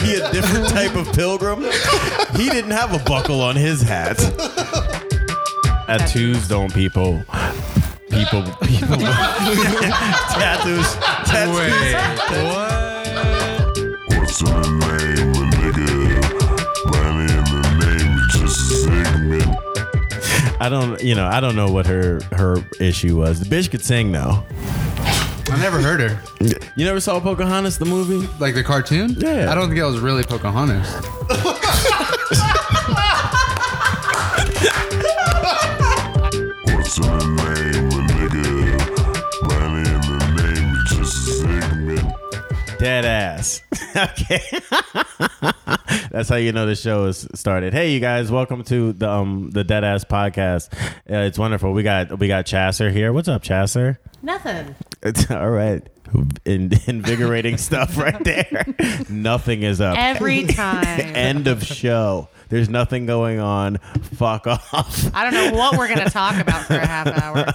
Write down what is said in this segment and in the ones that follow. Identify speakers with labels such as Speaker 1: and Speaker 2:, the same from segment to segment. Speaker 1: he a different type of pilgrim? He didn't have a buckle on his hat.
Speaker 2: Tattoos don't people. People, people.
Speaker 1: Tattoos. Tattoos.
Speaker 3: What's in the name of nigga? Money in the name is just a segment.
Speaker 1: I don't, you know, I don't know what her her issue was. The bitch could sing though.
Speaker 4: I never heard her.
Speaker 1: You never saw Pocahontas the movie?
Speaker 4: Like the cartoon?
Speaker 1: Yeah.
Speaker 4: I don't think that was really Pocahontas.
Speaker 3: What's in the name of nigga? Money in the name is just a segment.
Speaker 1: Dead ass. okay. That's how you know the show is started. Hey, you guys, welcome to the um the Dead Ass podcast. Uh, it's wonderful. We got we got Chasser here. What's up, Chasser?
Speaker 5: Nothing.
Speaker 1: It's all right. In, invigorating stuff right there. nothing is up.
Speaker 5: Every time.
Speaker 1: End of show. There's nothing going on. Fuck off.
Speaker 5: I don't know what we're going to talk about for a half hour.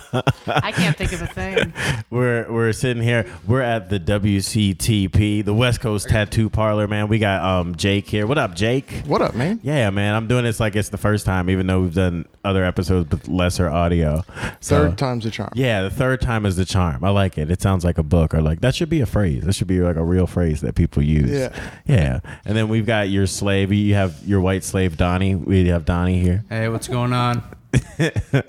Speaker 5: I can't think of a thing.
Speaker 1: We're we're sitting here. We're at the WCTP, the West Coast Tattoo Parlor, man. We got um Jake here. What up, Jake?
Speaker 6: What up, man?
Speaker 1: Yeah, man. I'm doing this like it's the first time, even though we've done other episodes with lesser audio. So-
Speaker 6: Third time's a charm.
Speaker 1: Yeah, the third time is the charm. I like it. It sounds like a book, or like that should be a phrase. That should be like a real phrase that people use.
Speaker 6: Yeah.
Speaker 1: yeah. And then we've got your slave. You have your white slave, Donnie. We have Donnie here.
Speaker 4: Hey, what's going on?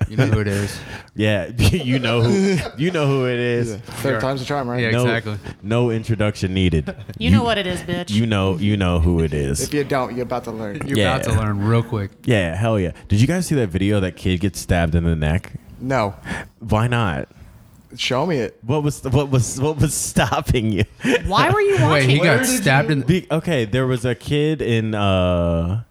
Speaker 4: you know who it is.
Speaker 1: Yeah, you know who you know who it is.
Speaker 6: Third time's a charm, right?
Speaker 4: Yeah.
Speaker 1: No,
Speaker 4: Exactly.
Speaker 1: No introduction needed.
Speaker 5: You know what it is, bitch.
Speaker 1: You know, you know who it
Speaker 6: If
Speaker 1: is.
Speaker 6: you don't, you're about to learn.
Speaker 4: You're
Speaker 1: Yeah.
Speaker 4: about to learn real quick.
Speaker 1: Yeah, hell yeah. Did you guys see that video? Of that kid gets stabbed in the neck.
Speaker 6: No.
Speaker 1: Why not?
Speaker 6: Show me it.
Speaker 1: What was what was what was stopping you?
Speaker 5: Why were you watching?
Speaker 4: Wait, he got stabbed in the.
Speaker 1: Be- okay, there was a kid in uh,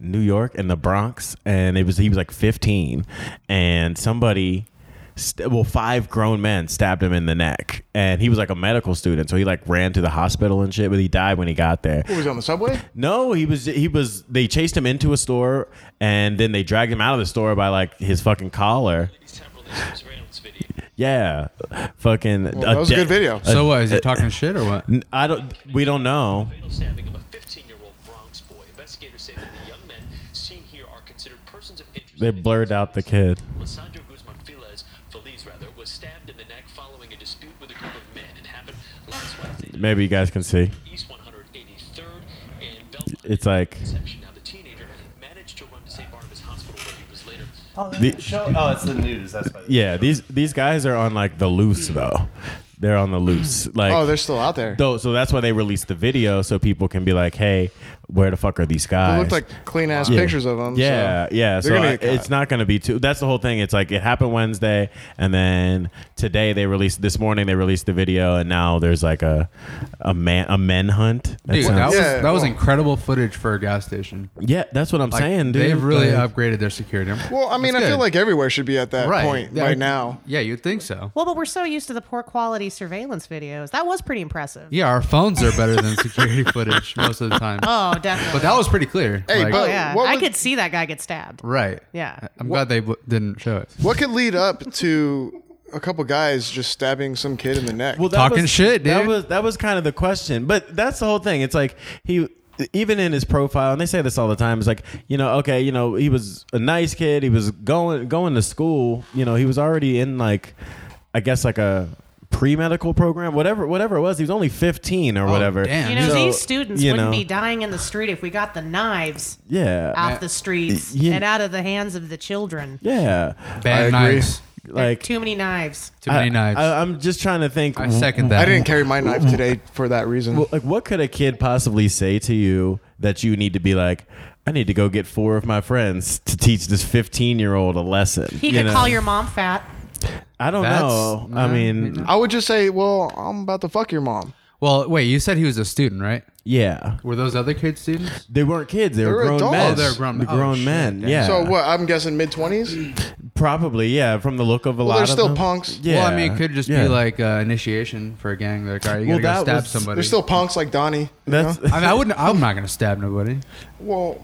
Speaker 1: New York in the Bronx, and it was he was like 15, and somebody. St- well, five grown men stabbed him in the neck, and he was like a medical student, so he like ran to the hospital and shit. But he died when he got there.
Speaker 6: Who was on the subway?
Speaker 1: No, he was he was they chased him into a store and then they dragged him out of the store by like his fucking collar. Yeah. Fucking
Speaker 6: Well, that was a good video.
Speaker 1: Uh,
Speaker 4: So what? Is he talking shit or what?
Speaker 1: N- I don't we don't know.
Speaker 7: fatal stabbing of a 15-year-old Bronx boy. Investigators say that the young men seen here are considered persons of interest.
Speaker 1: They blurred out the kid.
Speaker 7: Lisandro Guzman Files, Feliz rather, was stabbed in the neck following a dispute with a group of men. It happened last Wednesday.
Speaker 1: Maybe you guys can see.
Speaker 7: East 183rd and Belmont.
Speaker 1: It's like
Speaker 7: Section. Now the teenager managed to run to St. Barnabas Hospital where he was later.
Speaker 1: the,
Speaker 2: Oh, it's the news. That's why.
Speaker 1: yeah, these these guys are on like the loose though. They're on the loose. Like
Speaker 6: Oh, they're still out there.
Speaker 1: though, so that's why they released the video so people can be like, "Hey, where the fuck are these guys?"
Speaker 6: They looked like clean ass
Speaker 1: Yeah.
Speaker 6: pictures of them.
Speaker 1: Yeah, yeah.
Speaker 6: they're
Speaker 1: So
Speaker 6: gonna
Speaker 1: I,
Speaker 6: get caught.
Speaker 1: it's not going to be too. That's the whole thing. It's like it happened Wednesday, and then today they released this morning they released the video, and now there's like a a man a manhunt. That
Speaker 4: Dude,
Speaker 1: sounds-
Speaker 4: that was
Speaker 6: Yeah,
Speaker 4: that was
Speaker 6: well-
Speaker 4: incredible footage for a gas station.
Speaker 1: yeah, that's what I'm
Speaker 4: Like,
Speaker 1: saying, dude. uh,
Speaker 4: they've really
Speaker 1: Like,
Speaker 4: upgraded their security.
Speaker 6: Well, I mean, I feel like everywhere should be at that
Speaker 4: right
Speaker 6: point
Speaker 4: Yeah,
Speaker 6: right now.
Speaker 4: Yeah, you'd think so.
Speaker 5: well, but we're so used to the poor quality surveillance videos. That was pretty impressive.
Speaker 4: Yeah, our phones are better than security footage most of the time.
Speaker 5: Oh, definitely.
Speaker 4: But that was pretty clear.
Speaker 6: Uh, Hey,
Speaker 5: oh,
Speaker 6: but-
Speaker 5: yeah.
Speaker 6: what
Speaker 5: I
Speaker 6: was-
Speaker 5: could see that guy get stabbed.
Speaker 4: right.
Speaker 5: Yeah.
Speaker 4: I'm glad they w- didn't show it.
Speaker 6: What could lead up to a couple guys just stabbing some kid in the neck?
Speaker 1: well, that
Speaker 4: Talking
Speaker 1: was-
Speaker 4: shit,
Speaker 1: That
Speaker 4: dude.
Speaker 1: was that was kind of the question, but that's the whole thing. It's like he. Even in his profile, and they say this all the time, it's like you know, okay, you know, he was a nice kid. He was going going to school. You know, he was already in like, I guess like a pre medical program, whatever, whatever it was. He was only fifteen or whatever.
Speaker 4: Oh, damn.
Speaker 5: You know,
Speaker 1: So,
Speaker 5: these students
Speaker 1: you
Speaker 5: wouldn't
Speaker 1: know.
Speaker 5: be dying in the street if we got the knives
Speaker 1: Yeah,
Speaker 4: Yeah.
Speaker 5: off the streets
Speaker 1: Yeah.
Speaker 5: and out of the hands of the children.
Speaker 1: yeah,
Speaker 4: Bad knives.
Speaker 1: like
Speaker 5: Too many knives.
Speaker 4: Too many knives. I,
Speaker 1: I, I'm just trying to think.
Speaker 4: second that.
Speaker 6: I didn't carry my knife today for that reason.
Speaker 1: Well, like, what could a kid possibly say to you that you need to be like, I need to go get four of my friends to teach this 15 year old a lesson?
Speaker 5: He
Speaker 1: you
Speaker 5: could
Speaker 1: know?
Speaker 5: call your mom fat.
Speaker 1: I don't
Speaker 4: That's-
Speaker 1: know. I mean,
Speaker 6: I would just say, well, I'm about to fuck your mom.
Speaker 4: Well, wait, you said he was a student, right?
Speaker 1: yeah.
Speaker 4: Were those other kids students?
Speaker 1: They weren't kids. They,
Speaker 6: They
Speaker 1: were,
Speaker 6: were
Speaker 1: grown
Speaker 6: adults.
Speaker 1: men.
Speaker 6: Oh, they
Speaker 4: were grown-
Speaker 1: The
Speaker 4: oh,
Speaker 1: grown
Speaker 4: shit,
Speaker 1: men.
Speaker 4: damn.
Speaker 1: Yeah.
Speaker 6: So what? I'm guessing mid twenties.
Speaker 1: Probably. Yeah. From the look of a
Speaker 6: Well,
Speaker 1: lot
Speaker 6: they're
Speaker 1: of
Speaker 6: still
Speaker 1: them.
Speaker 6: punks.
Speaker 1: Yeah.
Speaker 4: Well, I mean, it could just
Speaker 1: yeah.
Speaker 4: be like uh, initiation for a gang. Like, all right, you
Speaker 1: Well,
Speaker 4: gotta go
Speaker 1: that
Speaker 4: stab
Speaker 1: was-
Speaker 4: somebody.
Speaker 6: They're still punks like Donnie. you
Speaker 1: That's.
Speaker 6: know?
Speaker 4: I mean, I wouldn't. I'm not gonna stab nobody.
Speaker 6: well.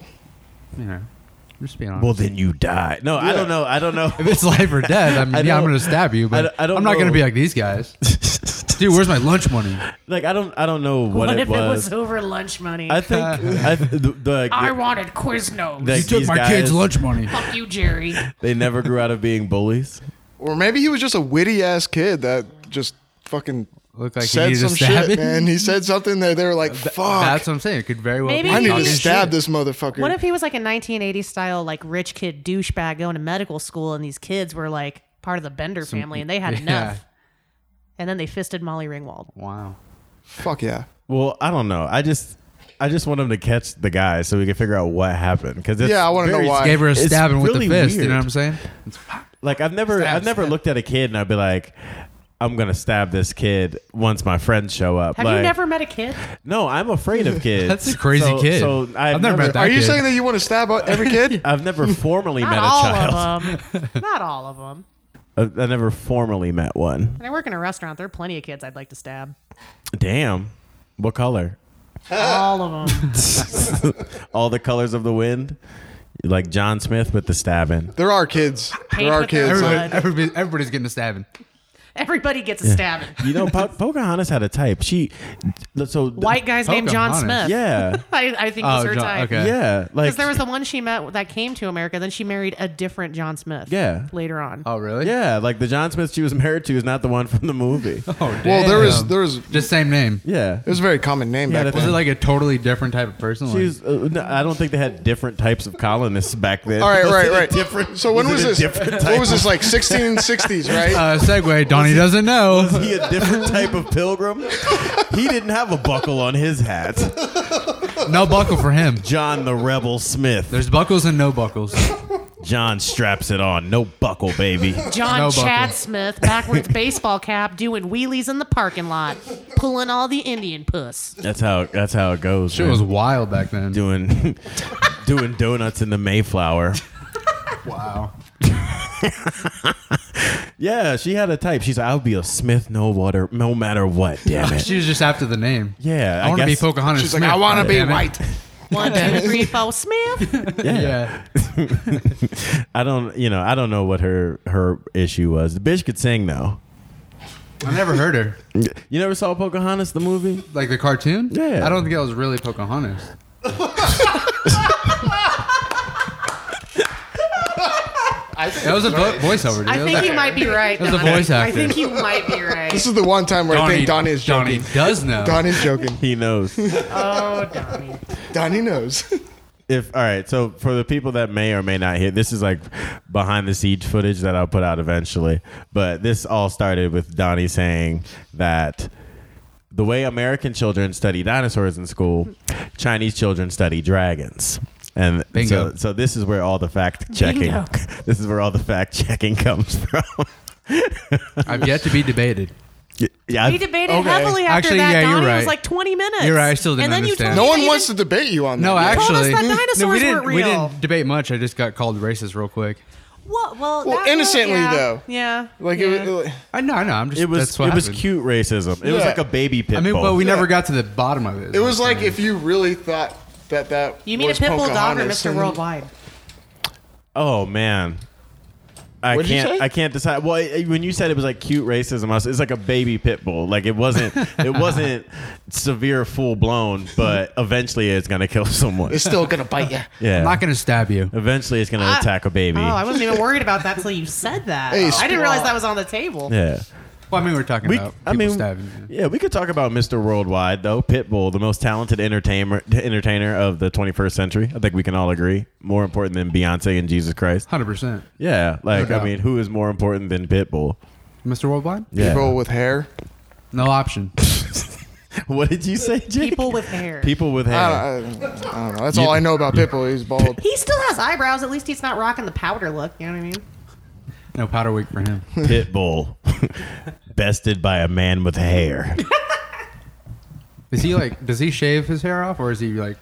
Speaker 4: You know, I'm just being honest.
Speaker 1: Well, then you die. No, I
Speaker 6: Yeah.
Speaker 1: don't know. I don't know.
Speaker 4: if it's life or death, I mean,
Speaker 1: I
Speaker 4: yeah, I'm
Speaker 1: don't-
Speaker 4: gonna stab you, but
Speaker 1: I
Speaker 4: I,
Speaker 1: don't
Speaker 4: am not
Speaker 1: know.
Speaker 4: gonna be like these guys. dude, where's my lunch money?
Speaker 1: Like I don't I don't know what,
Speaker 5: What,
Speaker 1: it,
Speaker 5: if
Speaker 1: was.
Speaker 5: it was over lunch money?
Speaker 1: I think I th- the, the,
Speaker 5: I wanted Quiznos.
Speaker 1: the-
Speaker 4: You took
Speaker 1: these
Speaker 4: my
Speaker 1: guys,
Speaker 4: kid's lunch money.
Speaker 5: Fuck you, Jerry.
Speaker 1: They never grew out of being bullies.
Speaker 6: Or maybe he was just a witty ass kid that just fucking
Speaker 4: Look like he
Speaker 6: said
Speaker 4: needed to
Speaker 6: some
Speaker 4: stab it.
Speaker 6: shit, man. He said something that they were like, "Fuck,
Speaker 4: That's what I'm saying. It could very well.
Speaker 5: Maybe
Speaker 4: be
Speaker 6: I need
Speaker 5: he-
Speaker 6: to
Speaker 4: fucking
Speaker 6: stab
Speaker 4: shit.
Speaker 6: this motherfucker."
Speaker 5: What if he was like a 1980s style, like rich kid douchebag going to medical school, and these kids were like part of the Bender family, and they had
Speaker 4: yeah.
Speaker 5: enough. And then they fisted Molly Ringwald.
Speaker 4: Wow.
Speaker 6: Fuck yeah.
Speaker 1: Well, I don't know. I just I just want them to catch the guy so we can figure out what happened. Because
Speaker 6: Yeah, I wanna know why.
Speaker 4: Gave her a
Speaker 1: It's
Speaker 4: stabbing with
Speaker 1: really
Speaker 4: the fist. You
Speaker 1: weird.
Speaker 4: know what I'm saying?
Speaker 1: Like I've never
Speaker 4: Stab,
Speaker 1: I've never
Speaker 4: stab.
Speaker 1: looked at a kid and I'd be like. I'm gonna stab this kid once my friends show up.
Speaker 5: Have
Speaker 1: Like,
Speaker 5: you never met a kid?
Speaker 1: No, I'm afraid of kids.
Speaker 4: That's a crazy
Speaker 1: So-
Speaker 4: kid.
Speaker 1: So I've,
Speaker 4: I've never met that
Speaker 6: Are you
Speaker 4: kid.
Speaker 6: saying that you want to stab out every kid?
Speaker 1: I've never formally met
Speaker 5: Not
Speaker 1: a
Speaker 5: all
Speaker 1: child.
Speaker 5: of them. Not all of them.
Speaker 1: I, I never formally met one.
Speaker 5: And I work in a restaurant. There are plenty of kids I'd like to stab.
Speaker 1: Damn. What color?
Speaker 5: All of them.
Speaker 1: All the colors of the wind, like John Smith with the stabbing.
Speaker 6: There are kids.
Speaker 5: Paint
Speaker 6: There are
Speaker 5: with
Speaker 6: kids. uh,
Speaker 5: their
Speaker 6: Like,
Speaker 5: blood.
Speaker 4: Everybody, everybody, everybody's getting a stabbing.
Speaker 5: Everybody gets a stabbing.
Speaker 1: You know, po- Pocahontas had a type. She, so
Speaker 5: White guy's named John
Speaker 4: Pocahontas.
Speaker 5: Smith.
Speaker 1: Yeah,
Speaker 5: I, I think
Speaker 4: Oh,
Speaker 5: was her
Speaker 4: John-
Speaker 5: type.
Speaker 4: okay.
Speaker 1: yeah. Like
Speaker 5: Because there was the one she met that came to America, then she married a different John Smith.
Speaker 1: Yeah.
Speaker 5: Later on.
Speaker 4: Oh, really?
Speaker 1: yeah, like the John Smith she was married to is not the one from the movie.
Speaker 4: Oh,
Speaker 6: well, there was
Speaker 4: damn.
Speaker 6: there was it
Speaker 4: just same name.
Speaker 1: Yeah,
Speaker 6: was a very common name
Speaker 1: Yeah,
Speaker 6: back
Speaker 1: that's-
Speaker 4: Was
Speaker 6: then.
Speaker 4: it like a totally different type of person? Like,
Speaker 1: she's. Uh, no, I don't think they had different types of colonists back then.
Speaker 6: All right,
Speaker 1: Was
Speaker 6: right,
Speaker 1: it a
Speaker 6: right.
Speaker 1: Different.
Speaker 6: So when was,
Speaker 1: it a
Speaker 6: this?
Speaker 1: Different
Speaker 6: What
Speaker 1: type
Speaker 6: was this like 1660s, right?
Speaker 4: uh, segue. Donnie doesn't know.
Speaker 1: Was he a different type of pilgrim? He didn't have a buckle on his hat.
Speaker 4: No buckle for him.
Speaker 1: John the Rebel Smith.
Speaker 4: There's buckles and no buckles.
Speaker 1: John straps it on. No buckle, baby.
Speaker 5: John
Speaker 4: No
Speaker 5: Chad
Speaker 4: buckle.
Speaker 5: Smith, backwards baseball cap, doing wheelies in the parking lot, pulling all the Indian puss.
Speaker 1: That's how. That's how it goes.
Speaker 4: Shit
Speaker 1: man.
Speaker 4: was wild back then.
Speaker 1: doing doing donuts in the Mayflower.
Speaker 4: Wow.
Speaker 1: Yeah, she had a type. She's like, I'll be a Smith, no water, no matter what. Damn it.
Speaker 4: She was just after the name.
Speaker 1: Yeah,
Speaker 4: I want to be
Speaker 1: guess-
Speaker 4: Pocahontas.
Speaker 6: She's like,
Speaker 4: Smith.
Speaker 6: I want to be
Speaker 4: Damn it.
Speaker 6: white.
Speaker 5: One, two, three, four, Smith.
Speaker 1: Yeah.
Speaker 4: Yeah.
Speaker 1: I don't. You know, I don't know what her her issue was. The bitch could sing though.
Speaker 4: I never heard her.
Speaker 1: You never saw Pocahontas the movie?
Speaker 4: Like the cartoon?
Speaker 1: Yeah.
Speaker 4: I don't think that was really Pocahontas. that was a vo- voiceover. Dude.
Speaker 5: I
Speaker 4: That
Speaker 5: think
Speaker 4: was
Speaker 5: you might be right.
Speaker 4: was a
Speaker 5: Donnie.
Speaker 4: voice
Speaker 5: I think
Speaker 4: actor.
Speaker 5: you might be
Speaker 6: This
Speaker 5: right.
Speaker 6: is the one time where I think Donnie is joking.
Speaker 4: Donnie does know.
Speaker 6: Donnie. is joking.
Speaker 1: He knows.
Speaker 5: Oh, Donnie.
Speaker 6: Donnie knows.
Speaker 1: if all right, so for the people that may or may not hear, this is like behind the siege footage that I'll put out eventually. But this all started with Donnie saying that the way American children study dinosaurs in school, Chinese children study dragons. And
Speaker 4: Bingo.
Speaker 1: so so this is where all the fact checking
Speaker 5: Bingo.
Speaker 1: this is where all the fact checking comes from.
Speaker 4: I've yet to be debated.
Speaker 1: yeah,
Speaker 5: He
Speaker 1: I-
Speaker 5: debated
Speaker 6: Okay.
Speaker 5: heavily after
Speaker 4: Actually,
Speaker 5: that.
Speaker 4: yeah, you're
Speaker 5: Donnie was
Speaker 4: right.
Speaker 5: like 20 minutes.
Speaker 4: You're right, I still didn't
Speaker 5: and then
Speaker 4: understand.
Speaker 5: You
Speaker 6: No
Speaker 5: told
Speaker 6: one
Speaker 5: me
Speaker 6: wants to
Speaker 5: even-
Speaker 6: debate you on that.
Speaker 4: No,
Speaker 6: Yeah.
Speaker 5: told us
Speaker 4: actually,
Speaker 5: that dinosaurs
Speaker 4: no, we didn't.
Speaker 5: weren't
Speaker 4: We
Speaker 5: real.
Speaker 4: didn't debate much. I just got called racist real quick.
Speaker 5: Well, well,
Speaker 6: Well,
Speaker 5: that was-
Speaker 6: innocently,
Speaker 5: yeah.
Speaker 6: though.
Speaker 5: Yeah.
Speaker 6: Like
Speaker 5: yeah.
Speaker 6: it was, like-
Speaker 4: I know. I know. I'm just.
Speaker 1: it was
Speaker 4: That's
Speaker 1: it
Speaker 4: what
Speaker 1: was
Speaker 4: happened.
Speaker 1: cute racism. It was
Speaker 6: Yeah.
Speaker 1: like a baby pit
Speaker 4: I mean,
Speaker 1: bull.
Speaker 4: but we never got to the bottom of it.
Speaker 6: it was like if you really thought that that
Speaker 5: You mean a
Speaker 6: was
Speaker 5: pit bull dog or
Speaker 6: Pocahontas
Speaker 5: Mr.
Speaker 6: and-
Speaker 5: Worldwide?
Speaker 1: Oh man. I
Speaker 6: What'd you
Speaker 1: can't.
Speaker 6: say?
Speaker 1: I can't decide. Well, I- when you said it was like cute racism, I was, it's like a baby pit bull. Like it wasn't. it wasn't severe, full blown. But eventually, it's gonna kill someone.
Speaker 6: It's still gonna bite you.
Speaker 1: yeah.
Speaker 4: I'm not gonna stab you.
Speaker 1: eventually, it's gonna
Speaker 5: I-
Speaker 1: attack a baby.
Speaker 5: Oh, I wasn't even worried about that till you said that.
Speaker 6: Hey,
Speaker 5: I didn't realize
Speaker 6: squaw.
Speaker 5: that was on the table.
Speaker 1: yeah.
Speaker 4: Well, I mean, we're talking
Speaker 1: We.
Speaker 4: about people
Speaker 1: I mean.
Speaker 4: stabbing. you.
Speaker 1: Yeah, we could talk about Mr. Worldwide though. Pitbull, the most talented entertainer entertainer of the 21st century. I think we can all agree. More important than Beyonce and Jesus Christ.
Speaker 4: Hundred percent.
Speaker 1: Yeah. Like I
Speaker 4: doubt.
Speaker 1: mean, who is more important than Pitbull?
Speaker 4: Mr. Worldwide?
Speaker 1: Yeah.
Speaker 6: People with hair.
Speaker 4: No option.
Speaker 1: What did you say, Jake? Uh,
Speaker 5: People with hair.
Speaker 1: People with hair.
Speaker 6: I don't, I don't- I don't know. That's all I know about Pitbull. He's bald.
Speaker 5: He still has eyebrows. At least he's not rocking the powder look. You know what I mean?
Speaker 4: No powder wig for him.
Speaker 1: pit bull bested by a man with hair.
Speaker 4: Is he like? Does he shave his hair off, or is he like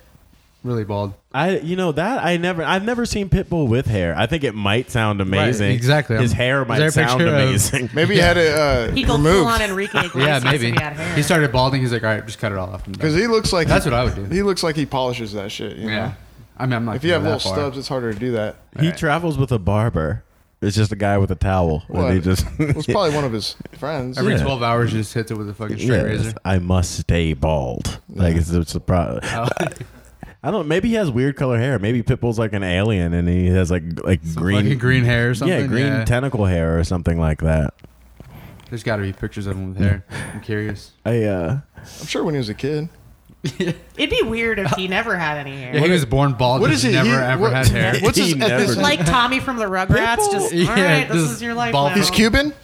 Speaker 4: really bald?
Speaker 1: I you know that I never I've never seen pit bull with hair. I think it might sound amazing.
Speaker 4: exactly.
Speaker 1: His
Speaker 4: I'm-
Speaker 1: hair
Speaker 4: is there
Speaker 1: might
Speaker 4: a
Speaker 1: sound
Speaker 4: picture of-
Speaker 1: amazing.
Speaker 6: Maybe he had it uh,
Speaker 5: He goes full on
Speaker 6: removed
Speaker 5: Enrique Iglesias
Speaker 4: Yeah,
Speaker 5: if
Speaker 4: maybe.
Speaker 5: He, had hair.
Speaker 4: He started balding. He's like, all right, just cut it all off. and
Speaker 6: because
Speaker 4: done."
Speaker 6: he looks like
Speaker 4: That's
Speaker 6: he,
Speaker 4: what I would do.
Speaker 6: He looks like he polishes that shit. You know?
Speaker 4: Yeah. I mean, I'm not.
Speaker 6: If you have
Speaker 4: gonna
Speaker 6: little
Speaker 4: go that far.
Speaker 6: stubs, it's harder to do that.
Speaker 1: He travels with a barber. It's just a guy with a towel,
Speaker 6: Well,
Speaker 1: and he just
Speaker 6: it was probably one of his friends.
Speaker 4: Every
Speaker 1: Yeah.
Speaker 4: twelve hours, he just hits it with a fucking straight
Speaker 1: Yeah,
Speaker 4: razor.
Speaker 1: I must stay bald. Like it's, it's a problem.
Speaker 4: Oh.
Speaker 1: I don't. Maybe he has weird color hair. Maybe Pitbull's like an alien, and he has like like green,
Speaker 4: Fucking green hair or something.
Speaker 1: yeah, green tentacle hair or something like that.
Speaker 4: There's got to be pictures of him with hair. I'm curious.
Speaker 1: I uh,
Speaker 6: I'm sure when he was a kid.
Speaker 5: It'd be weird if he never had any hair.
Speaker 4: Yeah, he was born bald.
Speaker 6: What
Speaker 4: What
Speaker 6: is
Speaker 4: is
Speaker 6: it?
Speaker 4: Never
Speaker 6: He-
Speaker 4: ever
Speaker 6: what-
Speaker 4: had hair.
Speaker 6: What's his
Speaker 1: He never
Speaker 6: ethnicity?
Speaker 1: did.
Speaker 5: like Tommy from the Rugrats. Just all
Speaker 4: Yeah,
Speaker 5: right, this
Speaker 4: just
Speaker 5: is your life.
Speaker 4: bald.
Speaker 5: now."
Speaker 6: He's
Speaker 5: um,
Speaker 6: Cuban.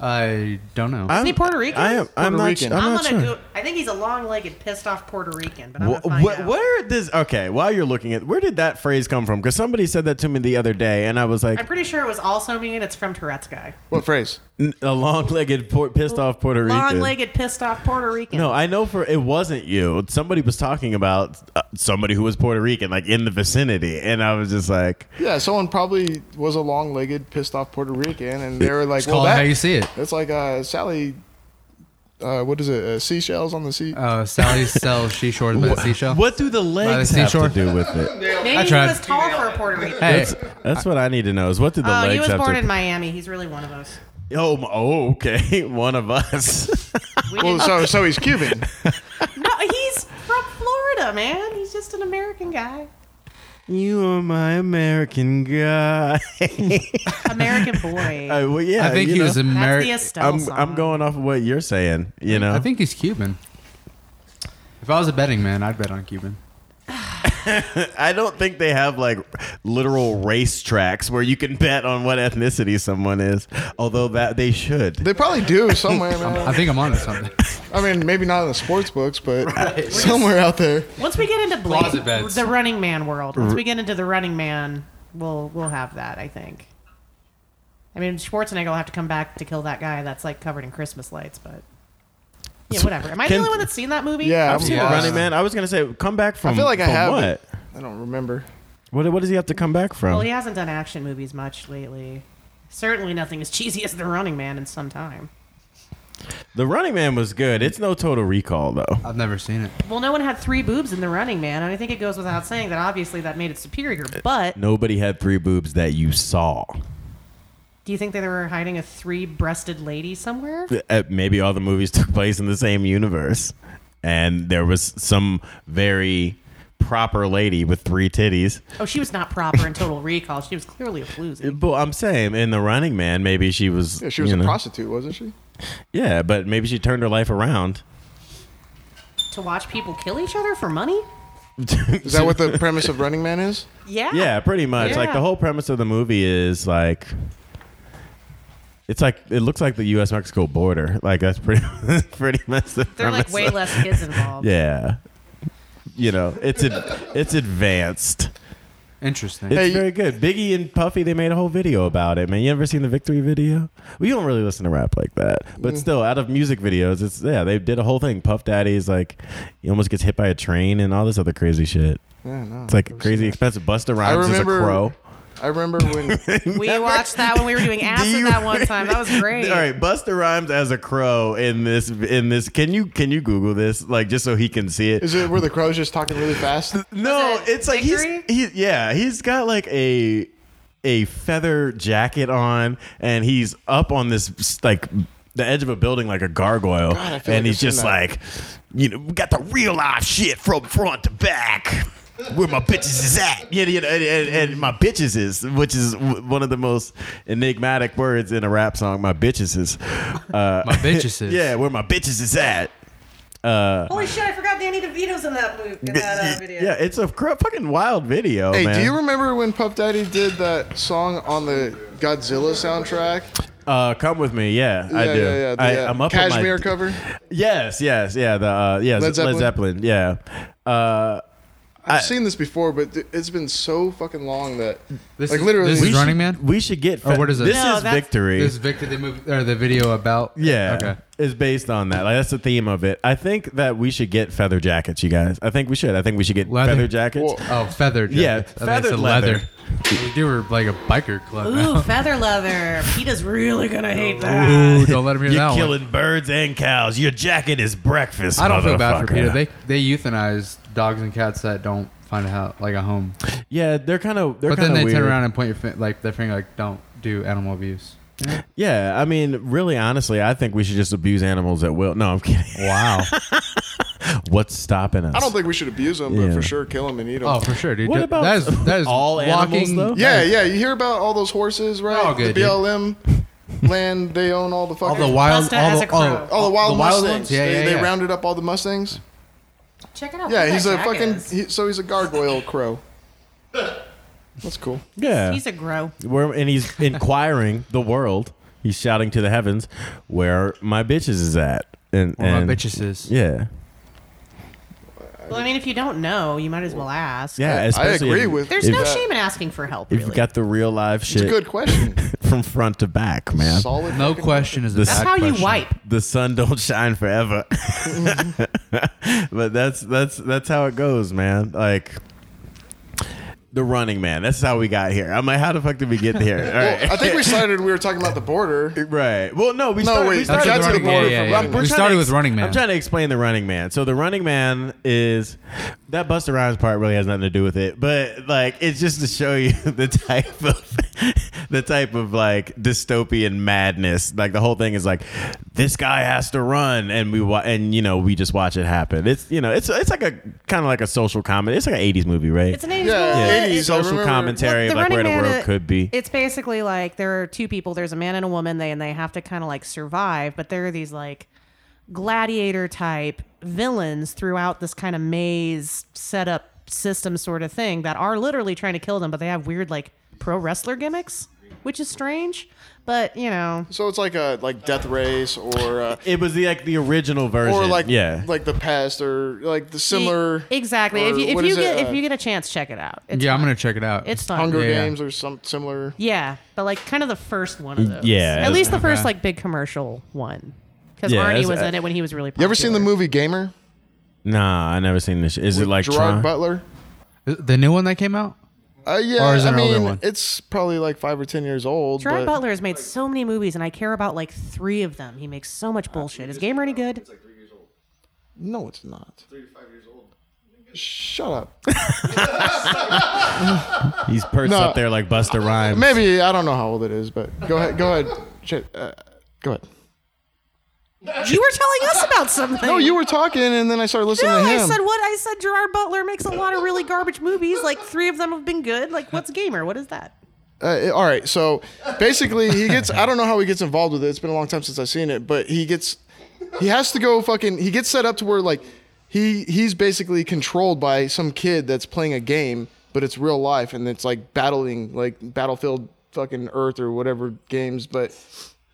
Speaker 4: I don't know.
Speaker 1: I'm
Speaker 5: he Puerto Rican?
Speaker 1: I am. I'm
Speaker 6: Puerto
Speaker 1: not.
Speaker 6: Rican.
Speaker 1: I'm,
Speaker 5: I'm,
Speaker 1: not
Speaker 5: gonna
Speaker 1: sure.
Speaker 5: go. I think he's a long-legged, pissed-off Puerto Rican. But I'm
Speaker 1: Wh-
Speaker 5: gonna find
Speaker 1: wh-
Speaker 5: out.
Speaker 1: where this? Okay, while you're looking at, where did that phrase come from? Because somebody said that to me the other day, and I was
Speaker 5: I'm
Speaker 1: like,
Speaker 5: pretty sure it was also me, and it's from Tourette's guy.
Speaker 6: What phrase?
Speaker 1: "N- a long-legged, por- pissed off Puerto Rican.
Speaker 5: Long-legged, pissed-off Puerto Rican.
Speaker 1: No, I know for it wasn't you. Somebody was talking about uh, somebody who was Puerto Rican, like in the vicinity, and I was just like,
Speaker 6: Yeah, someone probably was a long-legged, pissed-off Puerto Rican, and they were like,
Speaker 4: It's
Speaker 6: "Well,
Speaker 4: called
Speaker 6: that,
Speaker 4: how you see it.
Speaker 6: it's like uh, Sally. Uh, what is it? Uh, seashells on the sea.
Speaker 4: Uh, Sally sells seashore by the seashell.
Speaker 1: "What do the legs
Speaker 4: the
Speaker 1: have
Speaker 4: seashore?
Speaker 1: to do with it?"
Speaker 5: Maybe
Speaker 4: I
Speaker 5: he
Speaker 4: tried.
Speaker 5: was tall for a Puerto Rican.
Speaker 4: Hey,
Speaker 1: That's what I need to know. Is what do the
Speaker 5: Oh,
Speaker 1: legs
Speaker 5: he was
Speaker 1: have
Speaker 5: born
Speaker 1: to?
Speaker 5: in Miami. He's really one of us.
Speaker 1: oh, m- oh, okay, one of us.
Speaker 5: We
Speaker 6: well,
Speaker 5: didn't-
Speaker 6: so so he's Cuban.
Speaker 5: no, he's from Florida, man. He's just an American guy.
Speaker 1: you are my American guy.
Speaker 5: American boy.
Speaker 1: Uh, well, yeah,
Speaker 4: I think
Speaker 1: you
Speaker 4: he
Speaker 1: know.
Speaker 4: was
Speaker 5: That's the
Speaker 4: American.
Speaker 5: Estelle
Speaker 1: I'm
Speaker 5: song.
Speaker 1: I'm going off of what you're saying. You know,
Speaker 4: Mm, I think he's Cuban. If I was a betting man, I'd bet on Cuban.
Speaker 1: I don't think they have like literal race tracks where you can bet on what ethnicity someone is. Although that they should.
Speaker 6: They probably do somewhere,
Speaker 4: I
Speaker 6: man.
Speaker 4: think I'm onto something.
Speaker 6: I mean, maybe not in the sports books, but somewhere out there.
Speaker 5: Once we get into
Speaker 4: Closet
Speaker 5: Blade,
Speaker 4: beds.
Speaker 5: the Running Man world. Once we get into the Running Man, we'll we'll have that. I think. I mean, Schwarzenegger will have to come back to kill that guy that's like covered in Christmas lights, but yeah, whatever. Am I the
Speaker 1: Can-
Speaker 5: only one that's seen that movie?
Speaker 6: Yeah,
Speaker 1: I've seen
Speaker 6: lost.
Speaker 1: Running Man. I was gonna say come back from.
Speaker 6: I feel like I
Speaker 1: from
Speaker 6: have.
Speaker 1: What?
Speaker 6: it. I don't remember.
Speaker 1: what? What does he have to come back from?
Speaker 5: Well, he hasn't done action movies much lately. Certainly nothing as cheesy as the Running Man in some time.
Speaker 1: The Running Man was good. It's no Total Recall though.
Speaker 4: I've never seen it.
Speaker 5: Well, no one had three boobs in the Running Man, and I think it goes without saying that obviously that made it superior. But
Speaker 1: Nobody had three boobs that you saw.
Speaker 5: do you think that they were hiding a three-breasted lady somewhere?
Speaker 1: Uh, Maybe all the movies took place in the same universe, and there was some very proper lady with three titties.
Speaker 5: Oh, she was not proper in Total Recall. She was clearly a floozy.
Speaker 1: But I'm saying in the Running Man, maybe she was.
Speaker 6: Yeah, she was
Speaker 1: you
Speaker 6: a
Speaker 1: know-
Speaker 6: prostitute, wasn't she?
Speaker 1: Yeah, but maybe she turned her life around.
Speaker 5: To watch people kill each other for money?
Speaker 6: Is that what the premise of Running Man is?
Speaker 5: Yeah.
Speaker 1: Yeah, pretty much. Like
Speaker 5: Yeah.
Speaker 1: the whole premise of the movie is like. It's like it looks like the U.S. Mexico border. Like that's pretty, pretty much the
Speaker 5: They're like
Speaker 1: premise
Speaker 5: way
Speaker 1: of-
Speaker 5: less kids involved.
Speaker 1: Yeah, you know, it's ad, it's advanced.
Speaker 4: Interesting.
Speaker 1: It's
Speaker 6: Hey,
Speaker 1: very good. Biggie and Puffy they made a whole video about it. Man, you ever seen the Victory video? We don't really listen to rap like that,
Speaker 6: Mm.
Speaker 1: but still, out of music videos, it's yeah they did a whole thing. Puff Daddy's like he almost gets hit by a train and all this other crazy shit.
Speaker 6: Yeah, no.
Speaker 1: It's like crazy expensive. Busta
Speaker 6: I
Speaker 1: Rhymes is a
Speaker 6: remember.
Speaker 1: crow.
Speaker 6: I remember when.
Speaker 5: We watched that when we were doing acid
Speaker 1: you-
Speaker 5: that one time. That was great.
Speaker 1: All right, Busta Rhymes as a crow in this in this. Can you can you Google this like just so he can see it?
Speaker 6: Is it where the crow's just talking really fast?
Speaker 1: Oh, no,
Speaker 5: Was it
Speaker 1: it's like he's
Speaker 5: Victory?
Speaker 1: he yeah he's got like a a feather jacket on and he's up on this like the edge of a building like a gargoyle
Speaker 6: I
Speaker 1: and
Speaker 6: feel like
Speaker 1: he's
Speaker 6: I've seen
Speaker 1: just
Speaker 6: that.
Speaker 1: like you know we got the real life shit from front to back. Where my bitches is at, yeah, you know, and, and, and my bitches is, which is w- one of the most enigmatic words in a rap song. My bitches is, uh,
Speaker 4: My bitches is.
Speaker 1: yeah, where my bitches is at.
Speaker 5: Holy shit, I forgot Danny DeVito's in that movie. In that, uh, video.
Speaker 1: Yeah, it's a cr- fucking wild video.
Speaker 6: Hey,
Speaker 1: man.
Speaker 6: do you remember when Puff Daddy did that song on the Godzilla soundtrack?
Speaker 1: Uh, come with me, yeah, I
Speaker 6: yeah,
Speaker 1: do.
Speaker 6: Yeah, yeah, the,
Speaker 1: I,
Speaker 6: uh,
Speaker 1: I'm up on my-
Speaker 6: Cashmere cover.
Speaker 1: Yes, yes, yeah. The uh, yeah, Led
Speaker 6: Led
Speaker 1: Zeppelin.
Speaker 6: Zeppelin?
Speaker 1: yeah. Uh,
Speaker 6: I've seen this before, but th- it's been so fucking long that
Speaker 4: This
Speaker 6: like
Speaker 4: is-
Speaker 6: literally
Speaker 4: this
Speaker 6: we
Speaker 4: is
Speaker 6: should-
Speaker 4: Running Man?
Speaker 1: we should get.
Speaker 4: Or what is it?
Speaker 1: This
Speaker 5: No,
Speaker 1: is
Speaker 5: that's-
Speaker 1: victory.
Speaker 4: This Victor the movie or the video about
Speaker 1: yeah,
Speaker 4: Okay.
Speaker 1: is based on that. Like that's the theme of it. I think that we should get feather jackets, you guys. I think we should. I think we should get
Speaker 4: Leather.
Speaker 1: feather jackets.
Speaker 6: Well,
Speaker 4: Oh, feathered.
Speaker 1: Yeah,
Speaker 4: jacket. I think it's
Speaker 1: feathered
Speaker 4: a
Speaker 1: leather.
Speaker 4: We do were like a biker club.
Speaker 5: Ooh, feather leather. Peta's really gonna hate that.
Speaker 4: Ooh, don't let him hear
Speaker 1: You're
Speaker 4: that one.
Speaker 1: killing birds and cows. Your jacket is breakfast.
Speaker 4: I don't feel bad for
Speaker 1: motherfucker.
Speaker 4: Peter. They they euthanize dogs and cats that don't find a house like a home,
Speaker 1: yeah, they're kind of. They're
Speaker 4: but then
Speaker 1: kinda
Speaker 4: they
Speaker 1: weird.
Speaker 4: turn around and point your fin- like their finger like don't do animal abuse.
Speaker 1: Yeah, I mean, really, honestly, I think we should just abuse animals at will. No, I'm kidding.
Speaker 4: Wow.
Speaker 1: What's stopping us?
Speaker 6: I don't think we should abuse them, but
Speaker 1: Yeah.
Speaker 6: for sure kill them and eat them.
Speaker 4: oh, for sure, dude.
Speaker 1: What
Speaker 4: That-
Speaker 1: about
Speaker 4: that is that is
Speaker 1: all animals,
Speaker 4: walking,
Speaker 1: though?
Speaker 6: yeah, yeah. You hear about all those horses, right?
Speaker 4: They're all good,
Speaker 6: the
Speaker 4: dude.
Speaker 6: BLM land, they own all the
Speaker 4: All
Speaker 6: fucking
Speaker 4: the wild,
Speaker 5: Busta
Speaker 4: all
Speaker 5: has
Speaker 4: the,
Speaker 5: a crow.
Speaker 4: oh,
Speaker 6: all the wild mustangs.
Speaker 4: ones. Yeah,
Speaker 6: they,
Speaker 4: yeah,
Speaker 6: they
Speaker 4: yeah.
Speaker 6: rounded up all the mustangs.
Speaker 1: Oh.
Speaker 5: Check it out.
Speaker 6: Yeah,
Speaker 5: Look
Speaker 6: he's
Speaker 5: at
Speaker 6: a
Speaker 5: that
Speaker 6: fucking.
Speaker 5: jack is.
Speaker 6: He, so he's a gargoyle crow. That's cool.
Speaker 1: Yeah,
Speaker 5: He's a grow.
Speaker 1: Where, and he's inquiring the world. He's shouting to the heavens, "Where my bitches is at?" And,
Speaker 4: Where my
Speaker 1: and-
Speaker 4: bitches is.
Speaker 1: Yeah,
Speaker 5: Well, I mean, if you don't know, you might as well ask.
Speaker 1: yeah.
Speaker 6: I
Speaker 1: Especially
Speaker 6: agree
Speaker 1: if,
Speaker 6: with.
Speaker 5: There's
Speaker 6: with
Speaker 5: no
Speaker 6: that.
Speaker 5: shame in asking for help.
Speaker 1: if
Speaker 5: Really.
Speaker 1: you've got the real live
Speaker 6: It's
Speaker 1: shit
Speaker 6: a good question.
Speaker 1: from front to back, man.
Speaker 6: Solid.
Speaker 4: No question is
Speaker 1: The
Speaker 5: That's
Speaker 1: Bad
Speaker 5: how you
Speaker 1: question.
Speaker 5: wipe.
Speaker 1: the sun don't shine forever. but that's that's that's how it goes, man. Like the running man. That's how we got here. I'm like, how the fuck did we get here? All
Speaker 6: Well,
Speaker 1: right.
Speaker 6: I think we started. We were talking about the border.
Speaker 1: Right. Well, no, we
Speaker 6: No,
Speaker 1: started.
Speaker 6: wait,
Speaker 1: we
Speaker 6: that's
Speaker 1: started
Speaker 6: the running man,
Speaker 1: border
Speaker 6: yeah,
Speaker 1: from-
Speaker 6: yeah,
Speaker 1: I'm-
Speaker 6: yeah.
Speaker 1: we're
Speaker 4: We
Speaker 1: trying
Speaker 4: started
Speaker 1: to
Speaker 4: with Running Man.
Speaker 1: I'm trying to explain the running man. So the running man is that Busta Rhymes part really has nothing to do with it, but like it's just to show you the type of the type of like dystopian madness. Like the whole thing is like this guy has to run, and we wa- and you know we just watch it happen. It's you know it's it's like a kind of like a social comedy. It's like an 80s movie, right?
Speaker 5: It's an 80s
Speaker 6: Yeah,
Speaker 5: movie.
Speaker 1: Yeah.
Speaker 6: 80s. I
Speaker 1: Social
Speaker 6: remember-
Speaker 1: commentary.
Speaker 5: Well,
Speaker 1: of, like,
Speaker 5: Running
Speaker 1: where the
Speaker 5: Man,
Speaker 1: world
Speaker 5: uh,
Speaker 1: could be.
Speaker 5: It's basically like there are two people. There's a man and a woman. They and they have to kind of like survive. But there are these like gladiator type villains throughout this kind of maze setup system sort of thing that are literally trying to kill them, but they have weird like pro wrestler gimmicks, which is strange. But you know,
Speaker 6: So it's like a like death race or uh,
Speaker 1: it was the, like the original version,
Speaker 6: or like
Speaker 1: yeah,
Speaker 6: like the past or like the similar
Speaker 5: exactly.
Speaker 6: or
Speaker 5: If you
Speaker 6: what
Speaker 5: if you
Speaker 6: is it,
Speaker 5: get
Speaker 6: uh,
Speaker 5: if you get a chance, check it out. It's
Speaker 4: Yeah, I'm
Speaker 5: fun.
Speaker 4: gonna check it out.
Speaker 5: It's fun.
Speaker 6: Hunger
Speaker 4: Yeah.
Speaker 6: Games or some similar.
Speaker 5: Yeah, but like kind of the first one of those.
Speaker 1: Mm, Yeah.
Speaker 5: at least the first
Speaker 4: Okay.
Speaker 5: like big commercial one, because
Speaker 1: Yeah,
Speaker 5: Arnie
Speaker 1: it's- uh,
Speaker 5: was in it when he was really. Popular.
Speaker 6: You ever seen the movie Gamer?
Speaker 1: nah, I never seen this. Shit. Is it like
Speaker 6: Gerard
Speaker 1: Tron?
Speaker 6: Butler.
Speaker 4: the new one that came out.
Speaker 6: Uh, yeah,
Speaker 4: Or is it
Speaker 6: I
Speaker 4: an older
Speaker 6: mean,
Speaker 4: one?
Speaker 6: it's probably like five or ten years old.
Speaker 5: Gerard
Speaker 6: but
Speaker 5: Butler has made so many movies, and I care about like three of them. He makes so much bullshit. Is Gamer any good?
Speaker 6: No, it's not. Three to five years old. Shut up.
Speaker 1: He's perched
Speaker 6: No.
Speaker 1: up there like Busta Rhymes.
Speaker 6: Maybe I don't know how old it is, but go ahead. Go ahead. Shit, uh, go ahead.
Speaker 5: You were telling us about something.
Speaker 6: No, Oh, you were talking, and then I started listening
Speaker 5: No,
Speaker 6: to
Speaker 5: I
Speaker 6: him.
Speaker 5: said what I said. Gerard Butler makes a lot of really garbage movies. Like three of them have been good. Like what's Gamer? What is that?
Speaker 6: uh, all right so basically he gets i don't know how he gets involved with it it's been a long time since i've seen it but he gets he has to go fucking he gets set up to where like he he's basically controlled by some kid that's playing a game but it's real life and it's like battling like battlefield fucking earth or whatever games but